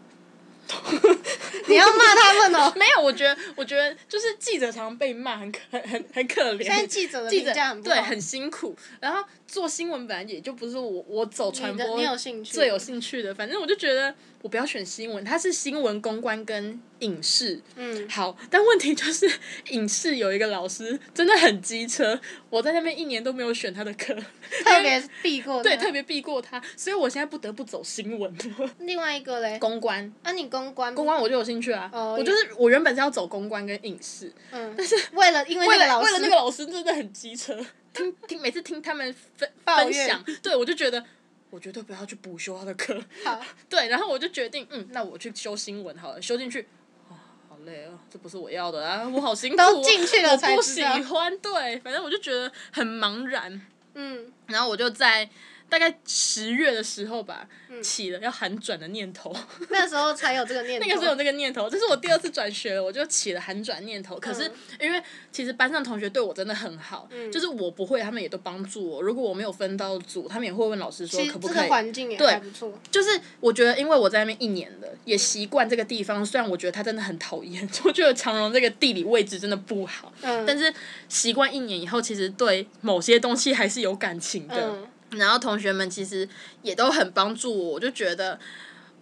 A: 你要骂他们哦。
B: 没有，我觉得，我觉得就是记者常常被骂，很可 很很可怜。
A: 现在记者的
B: 记者
A: 评价很不好。
B: 对很辛苦，然后做新闻本来也就不是我我走传
A: 你的
B: 播
A: 你有兴趣？
B: 最有兴趣的，反正我就觉得我不要选新闻，它是新闻公关跟影视
A: 嗯，
B: 好，但问题就是影视有一个老师真的很机车，我在那边一年都没有选他的课，
A: 特别避过
B: 对
A: 的。
B: 特别避过他，所以我现在不得不走新闻了
A: 另外一个嘞，
B: 公关。
A: 啊，你公关
B: 公关我就有兴趣啊
A: 哦
B: 我就是我原本是要走公关跟影视，
A: 嗯，但是为了因为
B: 为
A: 那个
B: 了
A: 老
B: 为
A: 师，
B: 了那个老师真的很 机车，听听每次听他们分
A: 抱
B: 分
A: 怨
B: 享，对我就觉得我绝对不要去补修他的课，
A: 好，
B: 对，然后我就决定，嗯，那我去修新闻好了，修进去，啊，好累哦，这不是我要的啊，我好辛苦、哦，
A: 都进去了
B: 我
A: 才
B: 不
A: 知
B: 喜
A: 道
B: 欢，对，反正我就觉得很茫然，
A: 嗯，
B: 然后我就在。大概十月的时候吧，
A: 嗯
B: 起了要寒转的 念头。
A: 那时候才有这个念头。
B: 那个时候有这个念头，这是我第二次转学了，我就起了寒转念头。可是
A: 嗯
B: 因为其实班上同学对我真的很好，就是我不会，他们也都帮助我。如果我没有分到组，他们也会问老师说
A: 其
B: 可
A: 实
B: 不
A: 这
B: 可
A: 个
B: 以。
A: 环境也还不错。嗯
B: 就是我觉得，因为我在那边一年了，也习惯这个地方。虽然我觉得他真的很讨厌， 我觉得长荣这个地理位置真的不好，
A: 嗯，
B: 但是习惯一年以后，其实对某些东西还是有感情的。
A: 嗯
B: 然后同学们其实也都很帮助我，我就觉得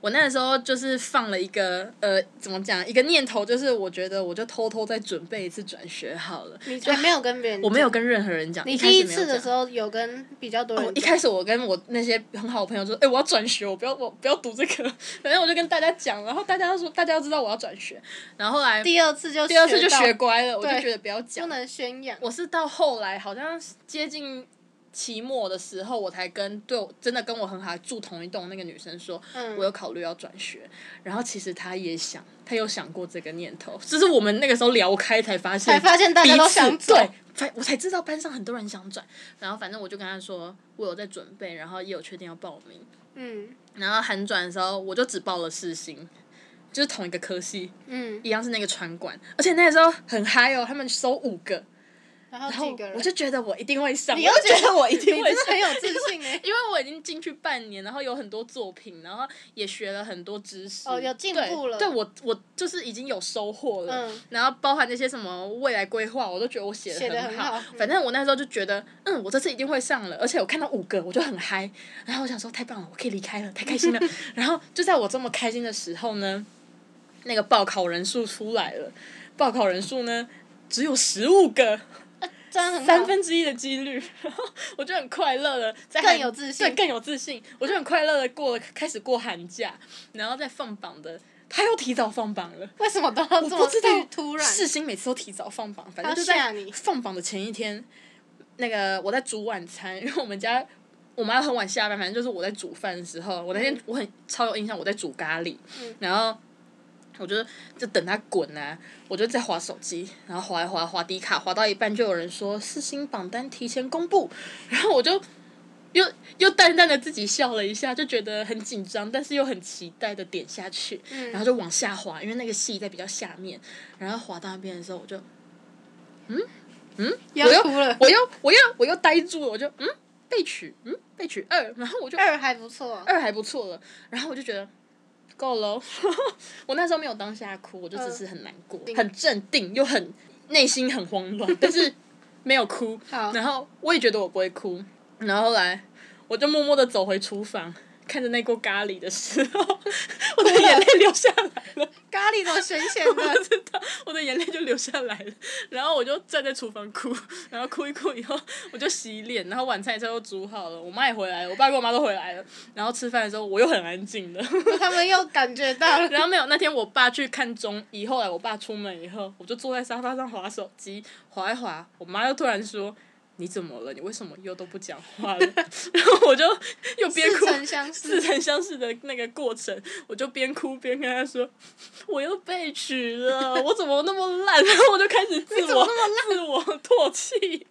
B: 我那时候就是放了一个呃，怎么讲，一个念头，就是我觉得我就偷偷再准备一次转学好了。
A: 你还没有跟别人，
B: 我没有。跟任何人讲，
A: 你
B: 一开
A: 第一
B: 始没有
A: 次的
B: 讲哦
A: 时候有跟比较多人
B: 我
A: 讲，
B: 一开始我跟我那些很好的朋友说，哎、我要转学，我不要我不要读这个，反正我就跟大家讲，然后大家都说大家都知道我要转学，然后后来
A: 第二次就
B: 第二次就
A: 到
B: 学乖了，我就
A: 对
B: 觉得不要
A: 不
B: 讲。
A: 能宣扬。
B: 我是到后来好像接近期末的时候，我才跟对我真的跟我很好住同一栋那个女生说，
A: 嗯
B: 我有考虑要转学，然后其实她也想，她有想过这个念头，只是我们那个时候聊开才发现，
A: 才发现大
B: 彼
A: 家
B: 此
A: 都想走，
B: 对，才我才知道班上很多人想转，然后反正我就跟他说我有在准备，然后也有确定要报名，
A: 嗯
B: 然后寒转的时候我就只报了四星，就是同一个科系，
A: 嗯，
B: 一样是那个传管，而且那个时候很嗨哦，他们收五个，
A: 然后
B: 然后
A: 几个人，
B: 我就觉得我一定会上，
A: 你
B: 我
A: 又
B: 就觉
A: 觉
B: 得
A: 得
B: 我一定
A: 你真
B: 会
A: 的
B: 上
A: 很。有自信 哎、
B: 因为我已经进去半年，然后有很多作品，然后也学了很多知识，
A: 哦有进步了
B: 对，对我我就是已经有收获了，
A: 嗯
B: 然后包含那些什么未来规划，我都觉得我写
A: 写
B: 的
A: 得
B: 很
A: 很
B: 好。
A: 好嗯
B: 反正我那时候就觉得，嗯，我这次一定会上了，而且我看到五个，我就很嗨，然后我想说太棒了，我可以离开了，太 开心了。然后就在我这么开心的时候呢，那个报考人数出来了，报考人数呢只有十五个。
A: 真的很好
B: 三分之一的几率， 然后我就很快乐了，在
A: 更
B: 寒
A: 有自信
B: 对，更有自信，我就很快乐的过了，开始过寒假，然后再放榜的，他又提早放榜了，
A: 为什么都要这
B: 我不
A: 么
B: 知道
A: 突，突然？
B: 世新每次都提早放榜，反
A: 他
B: 正就
A: 吓
B: 在
A: 你
B: 放榜的前一天，那个我在煮晚餐，因为我们家。我妈很晚下班，反正就是我在煮饭的时候，我那
A: 嗯
B: 天我很超有印象，我在煮咖喱，然后我就就等它滚啊，我就在划手机，然后划一划划低卡，划到一半就有人说四星榜单提前公布， 然后我就又又淡淡的自己笑了一下，就觉得很紧张，但是又很期待的点下去，
A: 嗯
B: 然后就往下滑，因为那个戏在比较下面，然后滑到那边的时候，我就
A: 要
B: 我又
A: 哭了。
B: 我又我又我又呆住了，我就嗯被取嗯被取二，然后我就
A: 二还不错，
B: 二还不错了，然后我就觉得够了 哦，我那时候没有当下哭，我就只是很难过，
A: 定
B: 很镇定又很内心很慌乱，但是没有 哭。
A: 好
B: 然后我也觉得我不会哭，然后后来我就默默的走回厨房。看着那锅咖喱的时候， 我的眼泪流下来了，
A: 咖喱都咸咸的，
B: 我的眼泪就流下来了。然后我就站在厨房哭， 然后哭一哭以后，我就洗脸，然后晚餐也都煮好了，我妈也回来了，我爸跟我妈都回来了。然后吃饭的时候，我又很安静的。
A: 他们又感觉到了。
B: 然后没有，那天我爸去看中医，后来我爸出门以后，我就坐在沙发上划手机，划一划，我妈又突然说：“你怎么了？你为什么又都不讲话了？” 然后我就又 边
A: 似，
B: 哭
A: 曾相识
B: 似曾相识的那个过程，我就边哭边跟他说：“我又被取了，我怎么那么烂？”然后我就开始自我自我唾弃，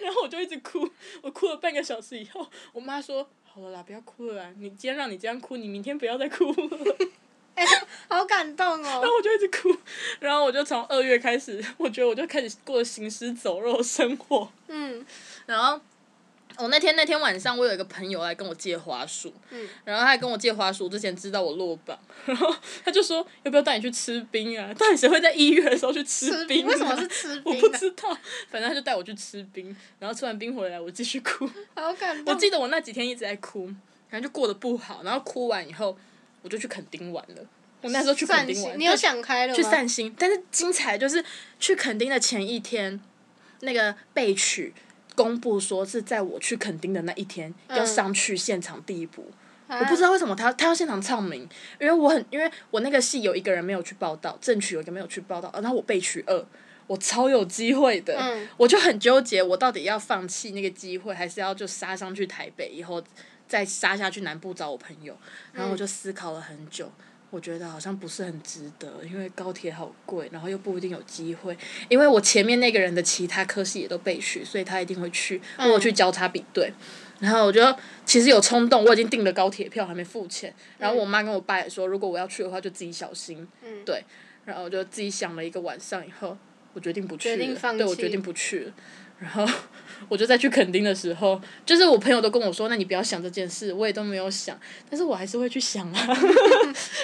B: 然后我就一直哭，我哭了半个小时以后，我妈说。好了啦，不要哭了啦！你今天让你这样哭，你明天不要再哭了。
A: 哎、好感动
B: 然
A: 哦！
B: 后我就一直哭，然后我就从二月开始，我觉得我就开始过行尸走肉生活。
A: 嗯，
B: 然后我那天那天晚上，我有一个朋友来跟我借花束，
A: 嗯
B: 然后他还跟我借花束之前知道我落榜， 然后他就说要不要带你去吃冰啊？到底谁会在一月的时候去
A: 吃
B: 冰、啊
A: 为什么是？吃
B: 我
A: 冰啊
B: 不
A: 呢、
B: 知道，反正他就带我去吃冰，然后吃完冰回来，我继 续哭。
A: 好感
B: 我
A: 动。
B: 记得我那几天一直在哭，然后就过得不好，然后哭完以后，我就去垦丁玩了。我那时候去垦
A: 散
B: 丁
A: 心，
B: 玩，
A: 你有
B: 但是
A: 想开了吗？
B: 去散心。但是精彩就是去垦丁的前一天，那个被取公布说是在我去垦丁的那一天、要上去现场第一步。
A: 嗯啊
B: 我不知道为什么他他要现场唱名，因为我很因为我那个戏有一个人没有去报道，正取有一个没有去报道，啊然后我被取二，我超有机会的，
A: 嗯
B: 我就很纠结，我到底要放弃那个机会，还是要就杀上去台北以后再杀下去南部找我朋友，然后我就思考了很久。我觉得好像不是很值得，因为高铁好贵，然后又不一定有机会。因为我前面那个人的其他科系也都被取，所以他一定会去。我
A: 嗯
B: 有去交叉比对，然后我就其实有冲动，我已经订了高铁票，还没付钱。然后我妈跟我爸也说，如果我要去的话，就自己小心。
A: 嗯
B: 对，然后我就自己想了一个晚上以后，我决定不去
A: 决定
B: 了。
A: 放
B: 对，我
A: 弃
B: 决定不去了。然后我就再去垦丁的时候，就是我朋友都跟我说，那你不要想这件事，我也都没有想，但是我还是会去想啊。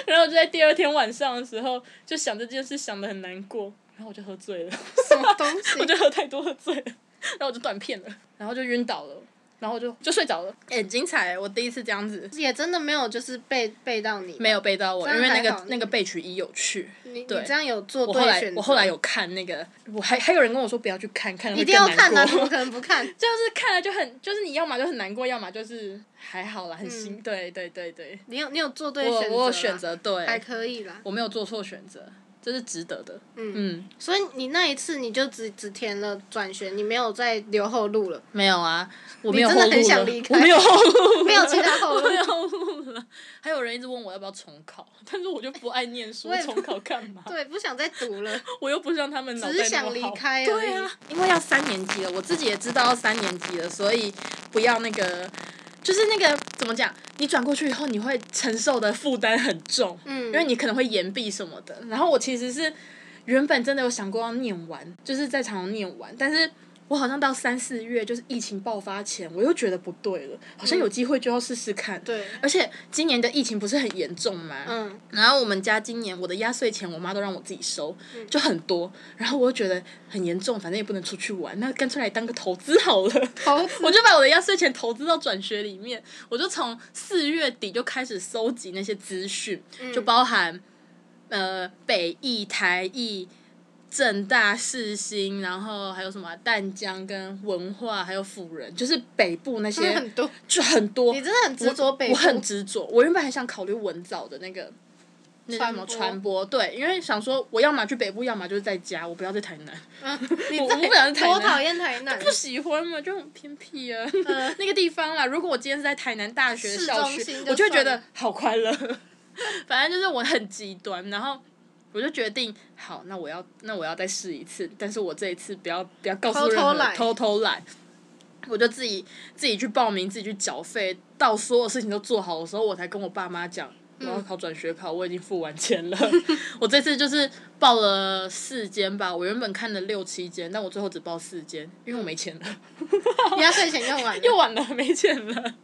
B: 然后我就在第二天晚上的时候，就想这件事，想的很难过，然后我就喝醉了。
A: 什么东西
B: 我，就喝太多喝醉了，然后我就断片了，然后就晕倒了，然后我就就睡着了。哎、很精彩！我第一次这样子，
A: 也真的没有，就是背背到你。
B: 没有背到我，
A: 这样
B: 因为那
A: 还好
B: 个那个背曲一有趣。
A: 你你
B: 对
A: 这样有做
B: 我后
A: 对
B: 来
A: 选择。
B: 我后来有看那个，我还还有人跟我说不要去看，看了
A: 一
B: 会
A: 定
B: 更
A: 要
B: 难
A: 看啊，怎么
B: 过。
A: 可能不看？
B: 就是看了就很，就是你要么就很难过，要么就是还好啦，很心、对对对对，
A: 你有你有做对
B: 我
A: 嗯选择，啊
B: 我有选，择
A: 还
B: 对，
A: 可以啦。
B: 我没有做错选择，这是值得的。嗯嗯，
A: 所以你那一次你就只只填了转学，你没有再留后路了，
B: 没有啊，我没有
A: 真的
B: 后路
A: 很想
B: 了
A: 离
B: 我
A: 开
B: 没有后路了，
A: 没有其他后路
B: 我没。有后路了。还有人一直问我要不要重考，但是我就不爱念书
A: 我，也不
B: 重考干嘛？
A: 对，不想再读了。
B: 我又不像他们脑袋
A: 只是
B: 那么
A: 想离
B: 好
A: 开而
B: 对啊，因为要三年级了，我自己也知道要三年级了，所以不要那个，就是那个怎么讲？你转过去以后，你会承受的负担很重，
A: 嗯
B: 因为你可能会延毕什么的。然后我其实是原本真的有想过要念完，就是在长隆念完，但是。我好像到三四月，就是疫情爆发前，我又觉得不对了，好像有机会就要试试看。
A: 嗯对，
B: 而且今年的疫情不是很严重吗？
A: 嗯，
B: 然后我们家今年我的压岁钱，我妈都让我自己收，
A: 嗯
B: 就很多。然后我又觉得很严重，反正也不能出去玩，那干脆来当个投资好了。
A: 投资
B: 我就把我的压岁钱投资到转学里面，我就从四月底就开始搜集那些资讯，
A: 嗯
B: 就包含呃北艺、台艺、正大、世新，然后还有什么啊淡江跟文化，还有辅仁，就是北部那
A: 真的
B: 些
A: 很多，
B: 就很多。
A: 你真的很执着北部
B: 我很执着，我原本还想考虑文藻的那个。那叫什
A: 传
B: 么
A: 播
B: 传播？对，因为想说我要么去北部，要么就是在家，我不要在台南。
A: 嗯 你
B: 我
A: 在
B: 我不想是台南
A: 多讨厌台南
B: 不，喜欢嘛，就很偏僻啊、
A: 嗯
B: 那个地方啦。如果我今天是在台南大学的
A: 市
B: 校
A: 中
B: 区
A: 心，就
B: 我就会觉
A: 算
B: 得
A: 了
B: 好快乐。 反正就是我很极端，然后我就决定，好，那我要那我要再试一次，但是我这一次不要不要告诉
A: 偷偷
B: 任何人
A: 来
B: 偷偷来。我就自己自己去报名，自己去缴费，到所有事情都做好的时候，我才跟我爸妈讲，我
A: 嗯
B: 要考转学考，我已经付完钱了。 我这次就是报了四间吧，我原本看了六七间，但我最后只报四间，因为我没钱了。
A: 你压岁钱 用完 了，
B: 又晚了，没钱了。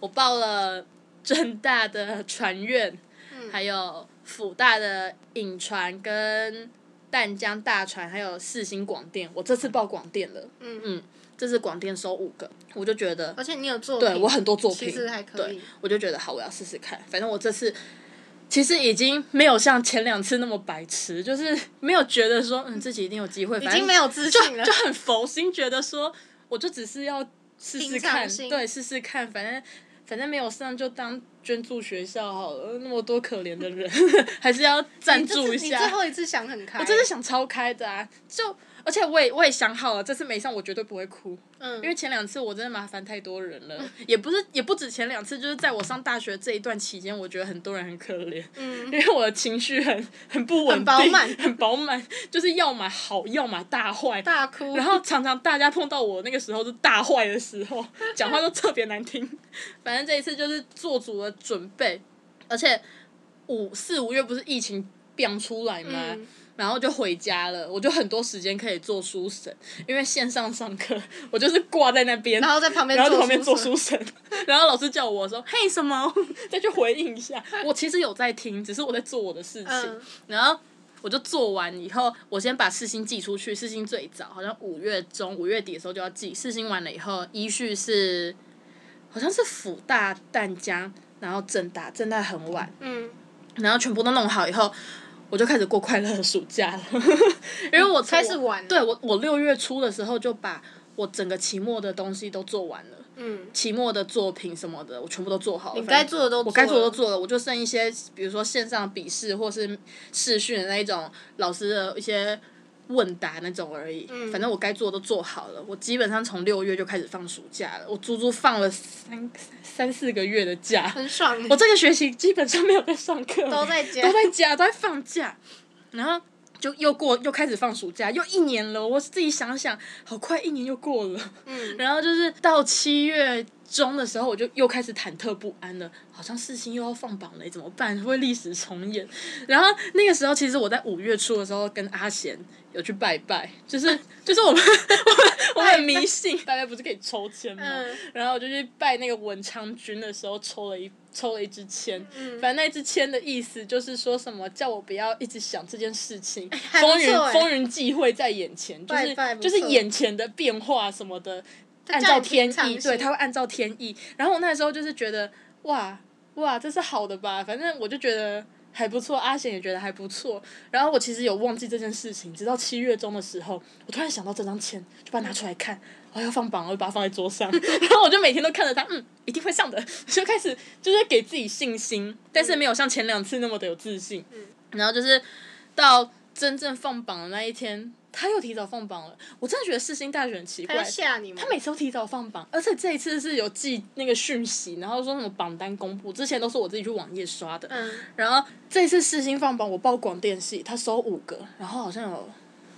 B: 我报了正大的传院，
A: 嗯
B: 还有辅大的影传跟淡江大传，还有世新广电。我这次报广电了，
A: 嗯
B: 嗯，这次广电收五个，我就觉得
A: 而且你有作
B: 对
A: 品，
B: 我很多作品，
A: 其实还可以
B: 对，我就觉得好，我要试试看。反正我这次其实已经没有像前两次那么白痴，就是没有觉得说嗯自己一定有机会，
A: 已
B: 反正
A: 经没有自信 了
B: 就，很佛心，觉得说我就只是要试试
A: 平常
B: 看，
A: 心
B: 对，试试看，反正反正没有上就当捐助学校好了，那么多可怜的人， 还是要赞
A: 你这
B: 助
A: 次
B: 一
A: 你最
B: 下。
A: 后一次想很开，
B: 我真的想超开的啊！就而且我也我也想好了，这次没上我绝对不会哭，
A: 嗯，
B: 因为前两次我真的麻烦太多人了，也不是也不止前两次，就是在我上大学这一段期间，我觉得很多人很可怜，
A: 嗯
B: 因为我的情绪很很不稳定，
A: 很饱满
B: 很饱满，就是要么好，要么大坏，
A: 大 哭，
B: 然后常常大家碰到我那个时候是大坏的时候， 讲话都特别难听。反正这一次就是做足了准备，而且五四五月不是疫情变出来吗？
A: 嗯
B: 然后就回家了，我就很多时间可以做书审，因为线上上课，我就是挂在那边，
A: 然后在旁边
B: 然后在
A: 做
B: 旁边
A: 书
B: 做
A: 生
B: 书审，然后老师叫我说：“嘿，什么？” 再去回应一下。我其实有在听，只是我在做我的事情。
A: 嗯
B: 然后我就做完以后，我先把世新寄出去。世新最早好像五月中、五月底的时候就要寄。世新完了以后，依序是好像是辅大、淡江，然后正大，正大很晚，
A: 嗯，
B: 然后全部都弄好以后。我就开始过快乐的暑假 了，因为我
A: 开始玩了
B: 对我我六月初的时候就把我整个期末的东西都做完了，
A: 嗯，
B: 期末的作品什么的，我全部都做好了。
A: 你该做的都
B: 我该做的都
A: 了，
B: 做了，我就剩一些，比如说线上笔试或是视讯的那一种老师的一些问答那种而已。
A: 嗯
B: 反正我该做的都做好了，我基本上从六月就开始放暑假了，我足足放了三三四个月的假。
A: 很爽，
B: 我这个学期基本上没有在上课，
A: 都在家
B: 都在家，都在放假，然后就又过又开始放暑假，又一年了。我自己想想，好快一年又过了。
A: 嗯
B: 然后就是到七月中的时候，我就又开始忐忑不安了，好像事情又要放榜了，怎么办？会不会历史重演？然后那个时候，其实我在五月初的时候跟阿贤有去拜拜，就是就是我们我们我们很迷信，拜拜不是可以抽签吗？
A: 嗯
B: 然后我就去拜那个文昌君的时候，抽了一抽了一支签，
A: 嗯
B: 反正那支签的意思就是说什么叫我不要一直想这件事情，
A: 还不
B: 风云
A: 错哎
B: 风云际会在眼前，就
A: 拜
B: 是
A: 拜不
B: 就是
A: 错
B: 眼前的变化什么的，按
A: 叫
B: 照
A: 你
B: 天
A: 平常
B: 意，对，
A: 心
B: 他会按照天意。然后我那时候就是觉得，哇哇，这是好的吧？反正我就觉得还不错，阿贤也觉得还不错。然后我其实有忘记这件事情，直到七月中的时候，我突然想到这张签，就把它拿出来看。我、要放榜，我就把它放在桌上，然后我就每天都看着它，嗯，一定会上的，就开始就是给自己信心，但是没有像前两次那么的有自信。然后就是到真正放榜的那一天，他又提早放榜了。我真的觉得世新大学很奇
A: 他
B: 怪
A: 要，吓你吗
B: 他？每次都提早放榜，而且这一次是有寄那个讯息，然后说什么榜单公布，之前都是我自己去网页刷的。
A: 嗯，
B: 然后这一次世新放榜，我报广电系，他收五个，然后好像有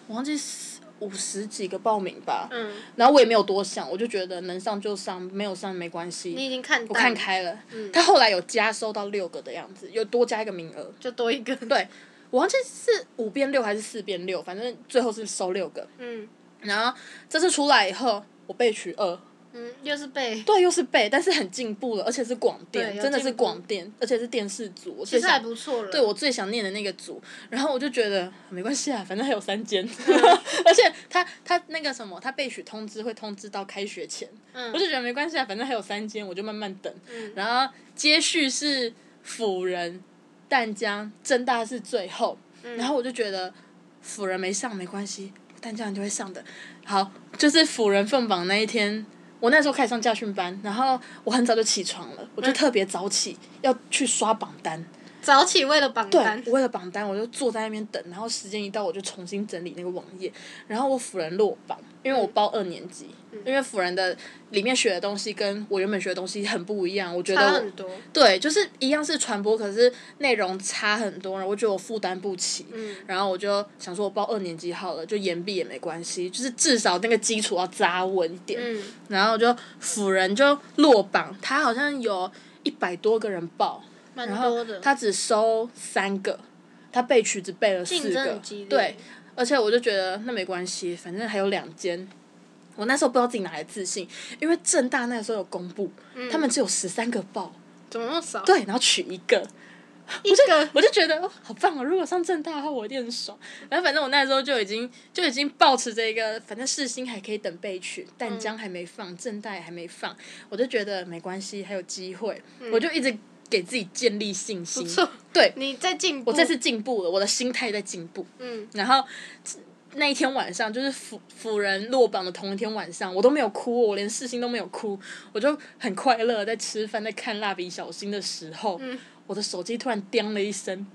B: 我忘记十五十几个报名吧。
A: 嗯
B: 然后我也没有多想，我就觉得能上就上，没有上没关系。
A: 你嗯已经看
B: 我
A: 我
B: 看开了，他后来有加收到六个的样子，有多加一个名额。
A: 就多一个，
B: 对，我忘记是五变六还是四变六，反正最后是收六个。
A: 嗯，
B: 然后这次出来以后，我被取二，
A: 嗯，又是被，
B: 对，又是背，但是很进步了，而且是广电，
A: 对有
B: 真的是
A: 进步
B: 广电，而且是电视组。我最
A: 其实还
B: 想
A: 不错了。
B: 对我最想念的那个组，然后我就觉得没关系啊，反正还有三间，
A: 嗯
B: 而且他他那个什么，他被取通知会通知到开学前，
A: 嗯
B: 我就觉得没关系啊，反正还有三间，我就慢慢等。
A: 嗯
B: 然后接续是辅仁、淡江、正大是最后，
A: 嗯
B: 然后我就觉得辅仁没上没关系，淡江就会上的。好，就是辅仁凤榜那一天。我那时候开始上家训班，然后我很早就起床了，
A: 嗯
B: 我就特别早起、要去刷榜单，
A: 早起为了榜单
B: 对，，为了榜单，我就坐在那边等，然后时间一到，我就重新整理那个网页，然后我辅仁落榜，因
A: 嗯
B: 为我报二年级，因为辅仁的里面学的东西跟我原本学的东西很不一样，我觉得
A: 差
B: 我
A: 很多。
B: 对，就是一样是传播，可是内容差很多，然后我觉得我负担不起，
A: 嗯
B: 然后我就想说，我报二年级好了，就延毕也没关系，就是至少那个基础要扎稳一点，
A: 嗯，
B: 然后就辅仁就落榜，他好像有一百多个人报。
A: 蛮
B: 然后
A: 多的。
B: 他只收三个，他备取只备了四
A: 竞争
B: 个
A: 很激，烈
B: 对，而且我就觉得那没关系，反正还有两间。我那时候不知道自己哪来自信，因为正大那时候有公布，
A: 嗯
B: 他们只有十三个报，
A: 怎么那么少？
B: 对，然后取一个，
A: 一个
B: 我就觉得、哦、好棒哦！如果上正大的话，我一定很爽。然后反正我那时候就已经就已经抱持这个，反正世新还可以等备取，淡
A: 嗯
B: 江还没放，正大也还没放，我就觉得没关系，还有机会，我就一直给自己建立信
A: 嗯
B: 心。
A: 不错
B: 对，
A: 你在进步。
B: 我这次进步了，我的心态在进步。
A: 嗯，
B: 然后那一天晚上，就是辅辅仁落榜的同一天晚上，我都没有哭，哦我连事情都没有哭，我就很快乐，在吃饭，在看蜡笔小新的时候，我的手机突然叮了一声，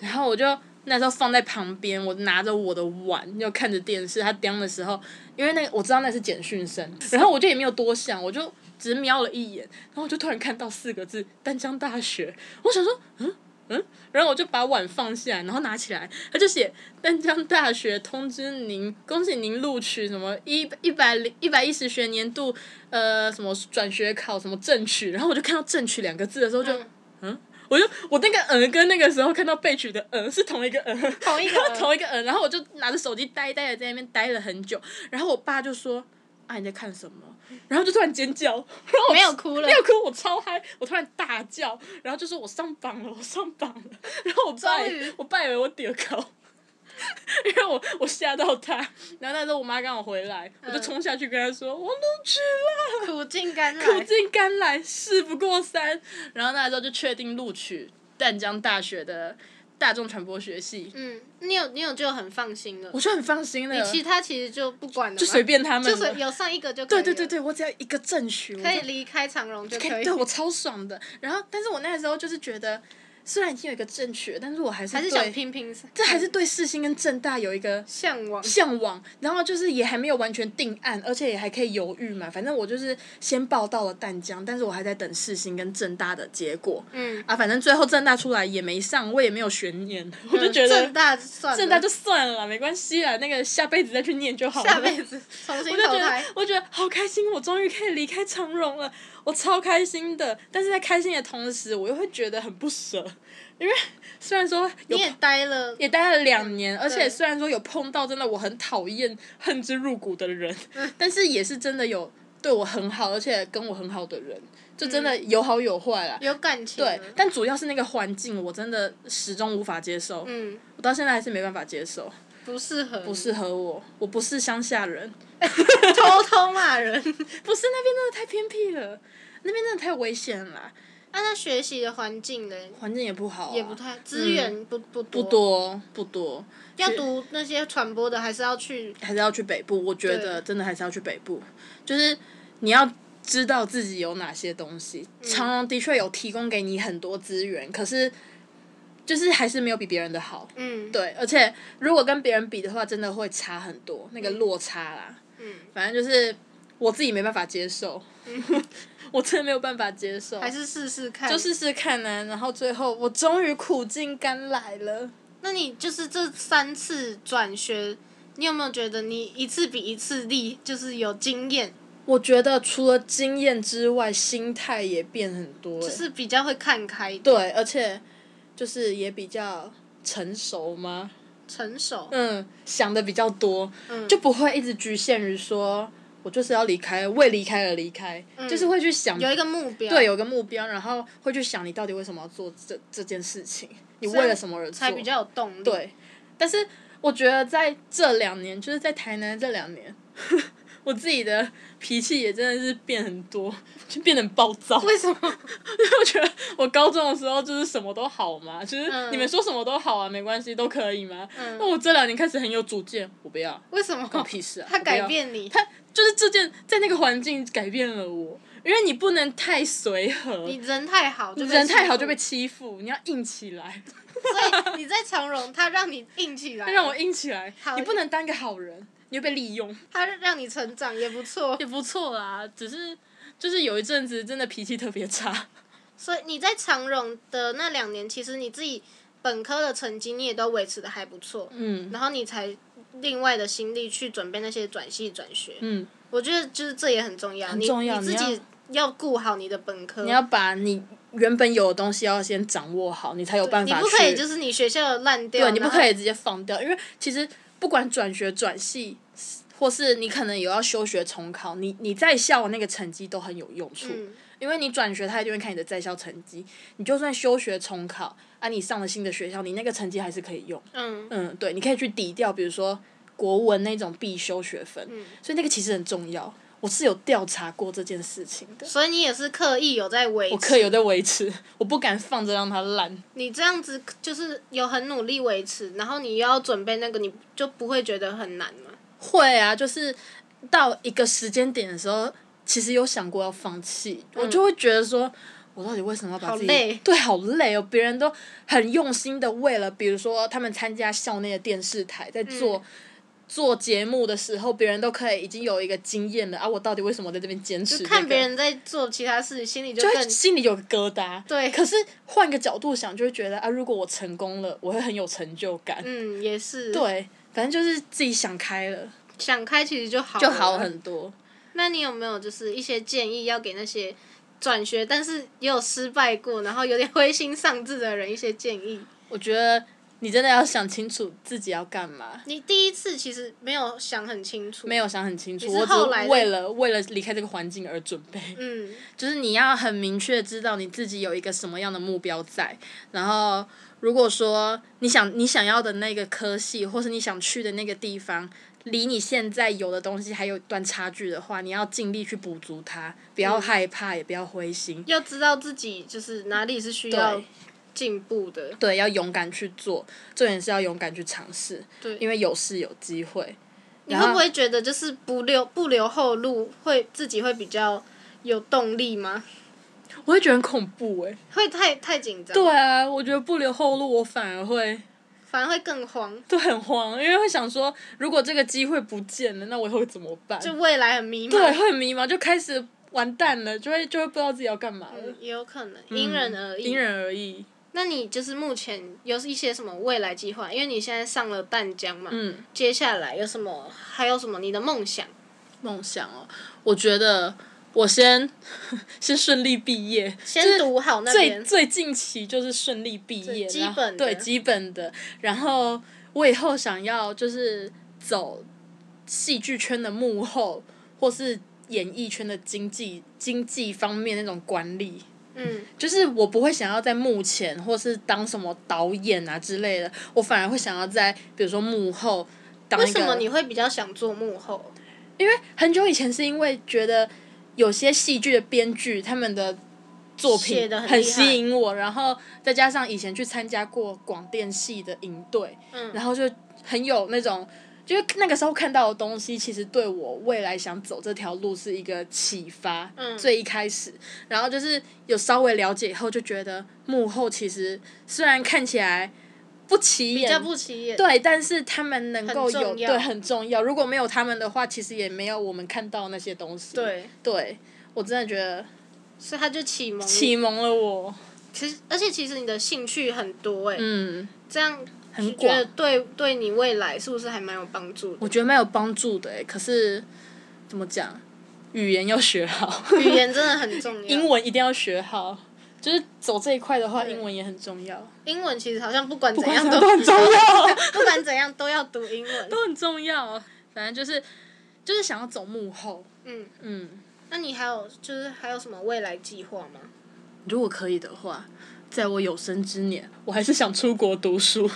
B: 然后我就。那时候放在旁边，我拿着我的碗，就看着电视。他叮的时候，因为那个我知道那是简讯声，然后我就也没有多想，我就只是瞄了一眼，然后我就突然看到四个字“丹江大学”，我想说，嗯嗯，然后我就把碗放下，然后拿起来，他就写丹江大学通知您，恭喜您录取什么一一百零一百一十学年度呃什么转学考什么正取，然后我就看到正取两个字的时候就，嗯
A: 嗯
B: 我就我那个嗯跟那个时候看到被取的嗯是同一个嗯，
A: 同一个
B: 同一个 嗯，然后我就拿着手机呆呆的在那边呆了很久，然后我爸就说啊你在看什么，然后就突然尖叫，然后我
A: 没有哭了
B: 没。有哭，我超嗨，我突然大叫，然后就说我上榜了，我上榜了，然后我爸
A: 终于
B: 我爸以为我点高， 因为我我吓到他，然后那时候我妈刚好回来，
A: 嗯
B: 我就冲下去跟她说、我录取了，
A: 苦尽甘来。
B: 苦尽甘来，事不过三，然后那时候就确定录取淡江大学的大众传播学系，
A: 嗯，你有你有就很放心了
B: 我。就很放心了，
A: 其他其实就不管了嘛，
B: 就
A: 就
B: 随便他们了，
A: 是有上一个就可以
B: 对
A: 了
B: 对对对，我只要一个正取，我
A: 可
B: 就
A: 以离开长荣就可
B: 对
A: 以。
B: 对我超爽的。然后，但是我那时候就是觉得，虽然已经有一个正确，但是我还是
A: 还是
B: 对
A: 想，拼拼，
B: 这还是对世新跟正大有一个
A: 向往。
B: 向往。然后就是也还没有完全定案，而且也还可以犹豫嘛。反正我就是先报到了淡江，但是我还在等世新跟正大的结果。
A: 嗯，
B: 啊，反正最后正大出来也没上，我也没有悬念，我就觉得
A: 正大算了
B: 正大就算了啦，没关系啦，那个下辈子再去念就好了。
A: 下辈子重新
B: 我就
A: 投
B: 觉得
A: 胎。，
B: 我觉得好开心，我终于可以离开长荣了，我超开心的。但是在开心的同时，我又会觉得很不舍，因为虽然说有
A: 你也呆了，
B: 也待了两年，而且
A: 对
B: 虽然说有碰到真的我很讨厌、恨之入骨的人，
A: 嗯
B: 但是也是真的有对我很好，而且跟我很好的人，就真的有好有坏啦。
A: 有感情了。
B: 对，但主要是那个环境，我真的始终无法接受，
A: 嗯，
B: 我到现在还是没办法接受，
A: 不适合。不
B: 不适合我，我不是乡下人。
A: 偷偷骂人。
B: 不是那边真的太偏僻了，那边真的太危险了啦，
A: 啊，那学习的环境嘞，
B: 环境也不好、啊，
A: 也不太资源不不不
B: 不。多不多，
A: 要读那些传播的，还是要去
B: 还是要去北部。我觉得真的还是要去北部，就是你要知道自己有哪些东西。
A: 嗯
B: 长隆的确有提供给你很多资源，可是就是还是没有比别人的好。
A: 嗯
B: 对，而且如果跟别人比的话，真的会差很多，那个落差啦。嗯，反正就是我自己没办法接受，
A: 嗯
B: 我真的没有办法接受。
A: 还是试试看。
B: 就试试看呢、啊然后最后我终于苦尽甘来了。
A: 那你就是这三次转学，你有没有觉得你一次比一次厉，就是有经验，
B: 我觉得除了经验之外，心态也变很多、欸。
A: 就是比较会看开一点？
B: 对，而且就是也比较成熟吗？
A: 成熟，
B: 嗯，想的比较多，
A: 嗯
B: 就不会一直局限于说我就是要离开，为离开而离开，就是会去想，
A: 嗯有一个目标，
B: 对，有个目标，然后会去想你到底为什么要做这这件事情，你
A: 所以
B: 为了什么而做，
A: 才比较有动力。对，
B: 但是我觉得在这两年，就是在台南这两年， 我自己的脾气也真的是变很多，就变得很暴躁。
A: 为什么？
B: 我觉得我高中的时候就是什么都好嘛，就是
A: 嗯
B: 你们说什么都好啊，没关系，都可以嘛。
A: 嗯
B: 那我这两年开始很有主见，我不要，
A: 为什么？
B: 关我屁事啊！
A: 他
B: 我不要
A: 改，变 你，
B: 他就是这件在那个环境改变了我，因为你不能太随和
A: 你，人太好就被
B: 人太好
A: 欺负
B: 就被，欺负，你要硬起来。
A: 所以你在从容，他让你硬起来，
B: 他让我硬起来
A: 好，
B: 你不能当个好人，你会被利用。
A: 他让你成长也不 错。
B: 也不错啦，只是就是有一阵子真的脾气特别差。
A: 所以你在长荣的那两年，其实你自己本科的成绩你也都维持的还不错，
B: 嗯
A: 然后你才另外的心力去准备那些转系转学。
B: 嗯，
A: 我觉得就是这也很重要，你
B: 重要
A: 你自
B: 你
A: 己要顾好你的本科，
B: 你要把你原本有的东西要先掌握好，你才有办
A: 你
B: 法
A: 不可以
B: 去
A: 就是你学校烂掉，
B: 对你不可
A: 以，
B: 以直接放掉，因为其实不管转学转系，或是你可能有要休学重考，你你在校那个成绩都很有用处，
A: 嗯
B: 因为你转学他一定会看你的在校成绩，你就算休学重考啊，你上了新的学校，你那个成绩还是可以用。
A: 嗯
B: 嗯，对，你可以去抵掉，比如说国文那种必修学分，
A: 嗯，
B: 所以那个其实很重要。我是有调查过这件事情的，
A: 所以你也是刻意有在维持，
B: 我课有在维持，我不敢放着让它烂。
A: 你这样子就是有很努力维持，然后你又要准备那个，你就不会觉得很难嘛？
B: 会啊，就是到一个时间点的时候，其实有想过要放弃，我就会觉得说。我到底为什么要把自己
A: 嗯好累
B: 对好累哦？别人都很用心的为了，比如说他们参加校内的电视台，在做、
A: 嗯
B: 做节目的时候，别人都可以已经有一个经验了啊！我到底为什么在这边坚持、这
A: 就
B: 个？
A: 看别人在做其他事，心里就
B: 就
A: 更
B: 会心里有个疙瘩。
A: 对
B: 可是换个角度想，就会觉得啊，如果我成功了，我会很有成就感。
A: 嗯，也是
B: 对，反正就是自己想开了，
A: 想开其实就好
B: 就
A: 了
B: 好很多。
A: 那你有没有就是一些建议要给那些转学但是也有失败过，然后有点灰心丧志的人一些建议？
B: 我觉得你真的要想清楚自己要干嘛。
A: 你第一次其实没有想很清楚，
B: 没有想很清楚，
A: 你是
B: 我只
A: 后来
B: 是
A: 的
B: 为了为了离开这个环境而准备。
A: 嗯，
B: 就是你要很明确知道你自己有一个什么样的目标在，然后如果说你想你想要的那个科系，或是你想去的那个地方，离你现在有的东西还有一段差距的话，你要尽力去补足它，不要害怕，也不要灰心，
A: 要知道自己就是哪里是需要
B: 对
A: 进步的。
B: 对，要勇敢去做，重点是要勇敢去尝试，
A: 对
B: 因为有事有机会。
A: 你
B: 然
A: 会不
B: 后
A: 会觉得就是不留不留后路，会自己会比较有动力吗？
B: 我会觉得很恐怖诶、欸
A: 会太太紧张，
B: 对啊，我觉得不留后路，我反而会
A: 反而会更慌，
B: 都很慌，因为会想说，如果这个机会不见了，那我以后会怎么办？
A: 就未来很迷茫。
B: 对，会很迷茫，就开始完蛋了，就会就会不知道自己要干嘛了。
A: 嗯，也有可能，因人而异。
B: 嗯因人而异。
A: 那你就是目前有一些什么未来计划？因为你现在上了淡江嘛，
B: 嗯，
A: 接下来有什么？还有什么你的梦想？
B: 梦想哦，我觉得我先 先顺利毕业，
A: 先读好那
B: 最
A: 边，
B: 最近期就是顺利毕业，
A: 最
B: 然后
A: 基本的
B: 对基本的。然后我以后想要就是走戏剧圈的幕后，或是演艺圈的经济经济方面那种管理。
A: 嗯，
B: 就是我不会想要在幕前或是当什么导演啊之类的，我反而会想要在比如说幕后当
A: 为
B: 一
A: 什
B: 个。嗯
A: 么你会比较想做幕后？
B: 因为很久以前是因为觉得有些戏剧的编剧他们的作
A: 写
B: 品
A: 得很厉害
B: 很吸引我，然后再加上以前去参加过广电系的营队，
A: 嗯
B: 然后就很有那种。就是那个时候看到的东西，其实对我未来想走这条路是一个启发。
A: 嗯
B: 最一开始，然后就是有稍微了解以后，就觉得幕后其实虽然看起来不起眼，
A: 比较不起眼。
B: 对，但是他们能够
A: 很
B: 有
A: 重要
B: 对很重要。如果没有他们的话，其实也没有我们看到那些东西。，
A: 对，
B: 对我真的觉得
A: 所以他就启蒙
B: 启
A: 你。
B: 蒙了我。
A: 其实，而且其实你的兴趣很多哎、
B: 嗯，
A: 这样
B: 很
A: 觉
B: 广
A: 得，对对你未来是不是还蛮有帮助
B: 我
A: 的？
B: 觉得蛮有帮助的欸。可是怎么讲，语言要学好，
A: 语言真的很重要。
B: 英文一定要学好，就是走这一块的话，英文也很重要，
A: 英文其实好像不管怎
B: 不管
A: 样
B: 什
A: 都
B: 么都很重要，
A: 不管怎样都要读英文。
B: 都 很重要。反正就是就是想要走幕后，
A: 嗯，
B: 嗯，
A: 那你还有就是还有什么未来计划吗？
B: 如果可以的话，在我有生之年，我还是想出国读书。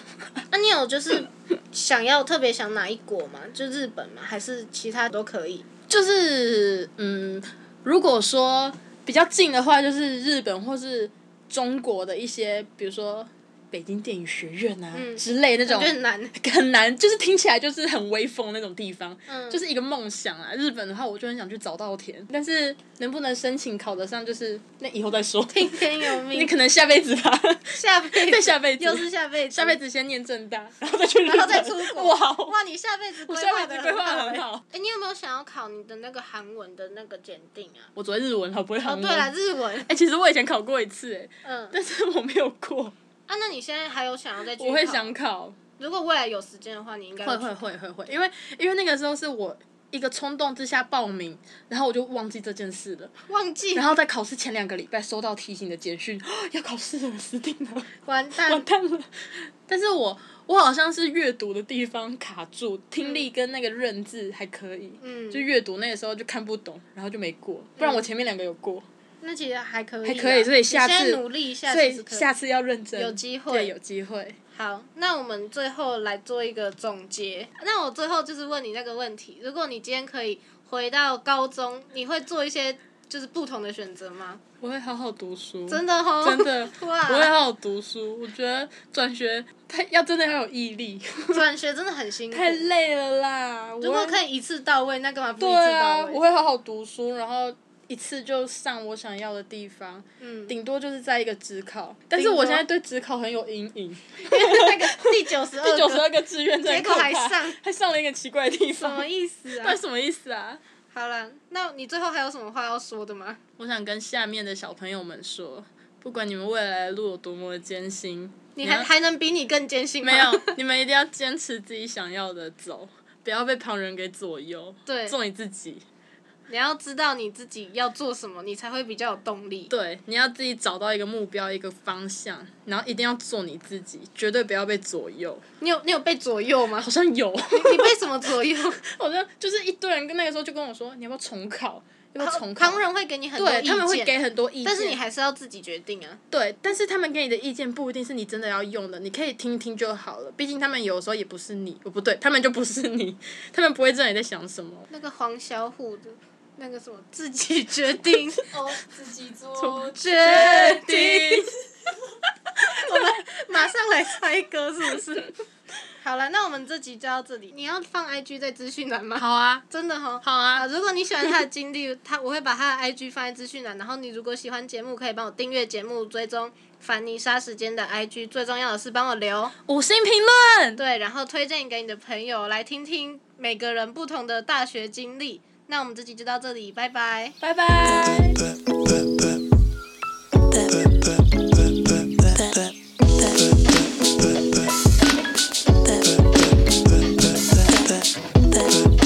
A: 那、你有就是想要特别想哪一国吗？就日本吗？还是其他都可以？
B: 就是嗯，如果说比较近的话，就是日本或是中国的一些，比如说北京电影学院啊、之类那
A: 我
B: 种
A: 嗯觉，得很难。
B: 很难，就是听起来就是很威风那种地方，
A: 嗯
B: 就是一个梦想啊。日本的话，我就很想去早稻田，但是能不能申请考得上，就是那以后再说。
A: 听天由
B: 你
A: 命，
B: 可能下辈子吧，
A: 下 辈
B: 再
A: 子
B: 下辈子，
A: 又是下辈子，
B: 下辈子先念正大，然后再去日本，
A: 然后再出国。
B: 哇，哦
A: 哇，你下辈子规
B: 我下
A: 划
B: 辈
A: 的
B: 子规划得
A: 很
B: 很
A: 好。
B: 好。
A: 哎、你有没有想要考你的那个韩文的那个检定啊？
B: 我只会日文，好不会韩
A: 哦，
B: 文。
A: 对了，日文
B: 哎、。其实我以前考过一次、哎，
A: 嗯，
B: 但是我没有过。
A: 啊，那你现在还有想要再去？
B: 我会想。考，
A: 如果未来有时间的话，你应该
B: 会
A: 去
B: 会会会会，因为因为那个时候是我一个冲动之下报名，然后我就忘记这件事了。
A: 忘记
B: 然后在考试前两个礼拜收到提醒的简讯， 要考试了，死定了，
A: 完
B: 完
A: 蛋。
B: 蛋了。但是我我好像是阅读的地方卡住，听力跟那个认字还可以，
A: 嗯
B: 就，阅读那个时候就看不懂，然后就没过。不然我前面两个有过，
A: 那其实还可以啦，啊
B: 还可以所以下次
A: 你现在努力一下，
B: 所
A: 其
B: 以
A: 实可以
B: 下次要认真，
A: 有机会
B: 对，有机会。
A: 好，那我们最后来做一个总结。那我最后就是问你那个问题：如果你今天可以回到高中，你会做一些就是不同的选择吗？
B: 我会好好读书，
A: 真的哦，
B: 真的
A: 哇，
B: 我会好好读书。我觉得转学太要真的要有毅力，
A: 转学真的很辛苦。
B: 太累了啦。
A: 如果可
B: 以，
A: 以一次到位，那干嘛不一
B: 对
A: 次到
B: 啊，
A: 位？
B: 我会好好读书，然后一次就上我想要的地方，
A: 嗯，
B: 顶多就是在一个职考。但是
A: 顶多
B: 我现在对职考很有阴影，
A: 那个第九十二
B: 第
A: 个，
B: 九十二个志愿在
A: 结果还上，
B: 还上了一个奇怪的地
A: 什么
B: 方，
A: 意思啊
B: 那？什么意思啊？
A: 好了，那你最后还有什么话要说的吗？
B: 我想跟下面的小朋友们说，不管你们未来的路有多么的艰辛，
A: 你
B: 你
A: 还
B: 要
A: 还能比你更艰辛吗？
B: 没有，你们一定要坚持自己想要的走，不要被旁人给左右，
A: 对，
B: 做你自己。
A: 你要知道你自己要做什么，你才会比较有动力。
B: 对，你要自己找到一个目标、一个方向，然后一定要做你自己，绝对不要被左右。
A: 你有你有被左右吗
B: 好？像有，
A: 你你被什么左右？
B: 好像就是一堆人跟那个时候就跟我说，你要不要重考？要不要重考
A: 旁？人会给你很多
B: 对，
A: 意见，
B: 他们会给很多意见，
A: 但是你还是要自己决定啊。
B: 对，但是他们给你的意见不一定是你真的要用的，你可以听听就好了。毕竟他们有时候也不是你，哦不对，他们就不是你，他们不会知道你在想什 么。
A: 那个黄小虎的，那个什么，自己决定，
C: 哦，自己做
A: 决定。马上来猜歌是不是？好了，那我们这集就到这里。你要放 IG 在资讯栏吗？
B: 好啊，
A: 真的哈。
B: 好啊
A: 啊，，如果你喜欢他的经历，他我会把他的 IG 放在资讯栏。然后你如果喜欢节目，可以帮我订阅节目，追踪凡妮莎时间的 IG。最重要的是帮我留
B: 五星评论，
A: 对，然后推荐给你的朋友来听听每个人不同的大学经历。那我们这集就到这里，拜拜。
B: 拜拜。
C: that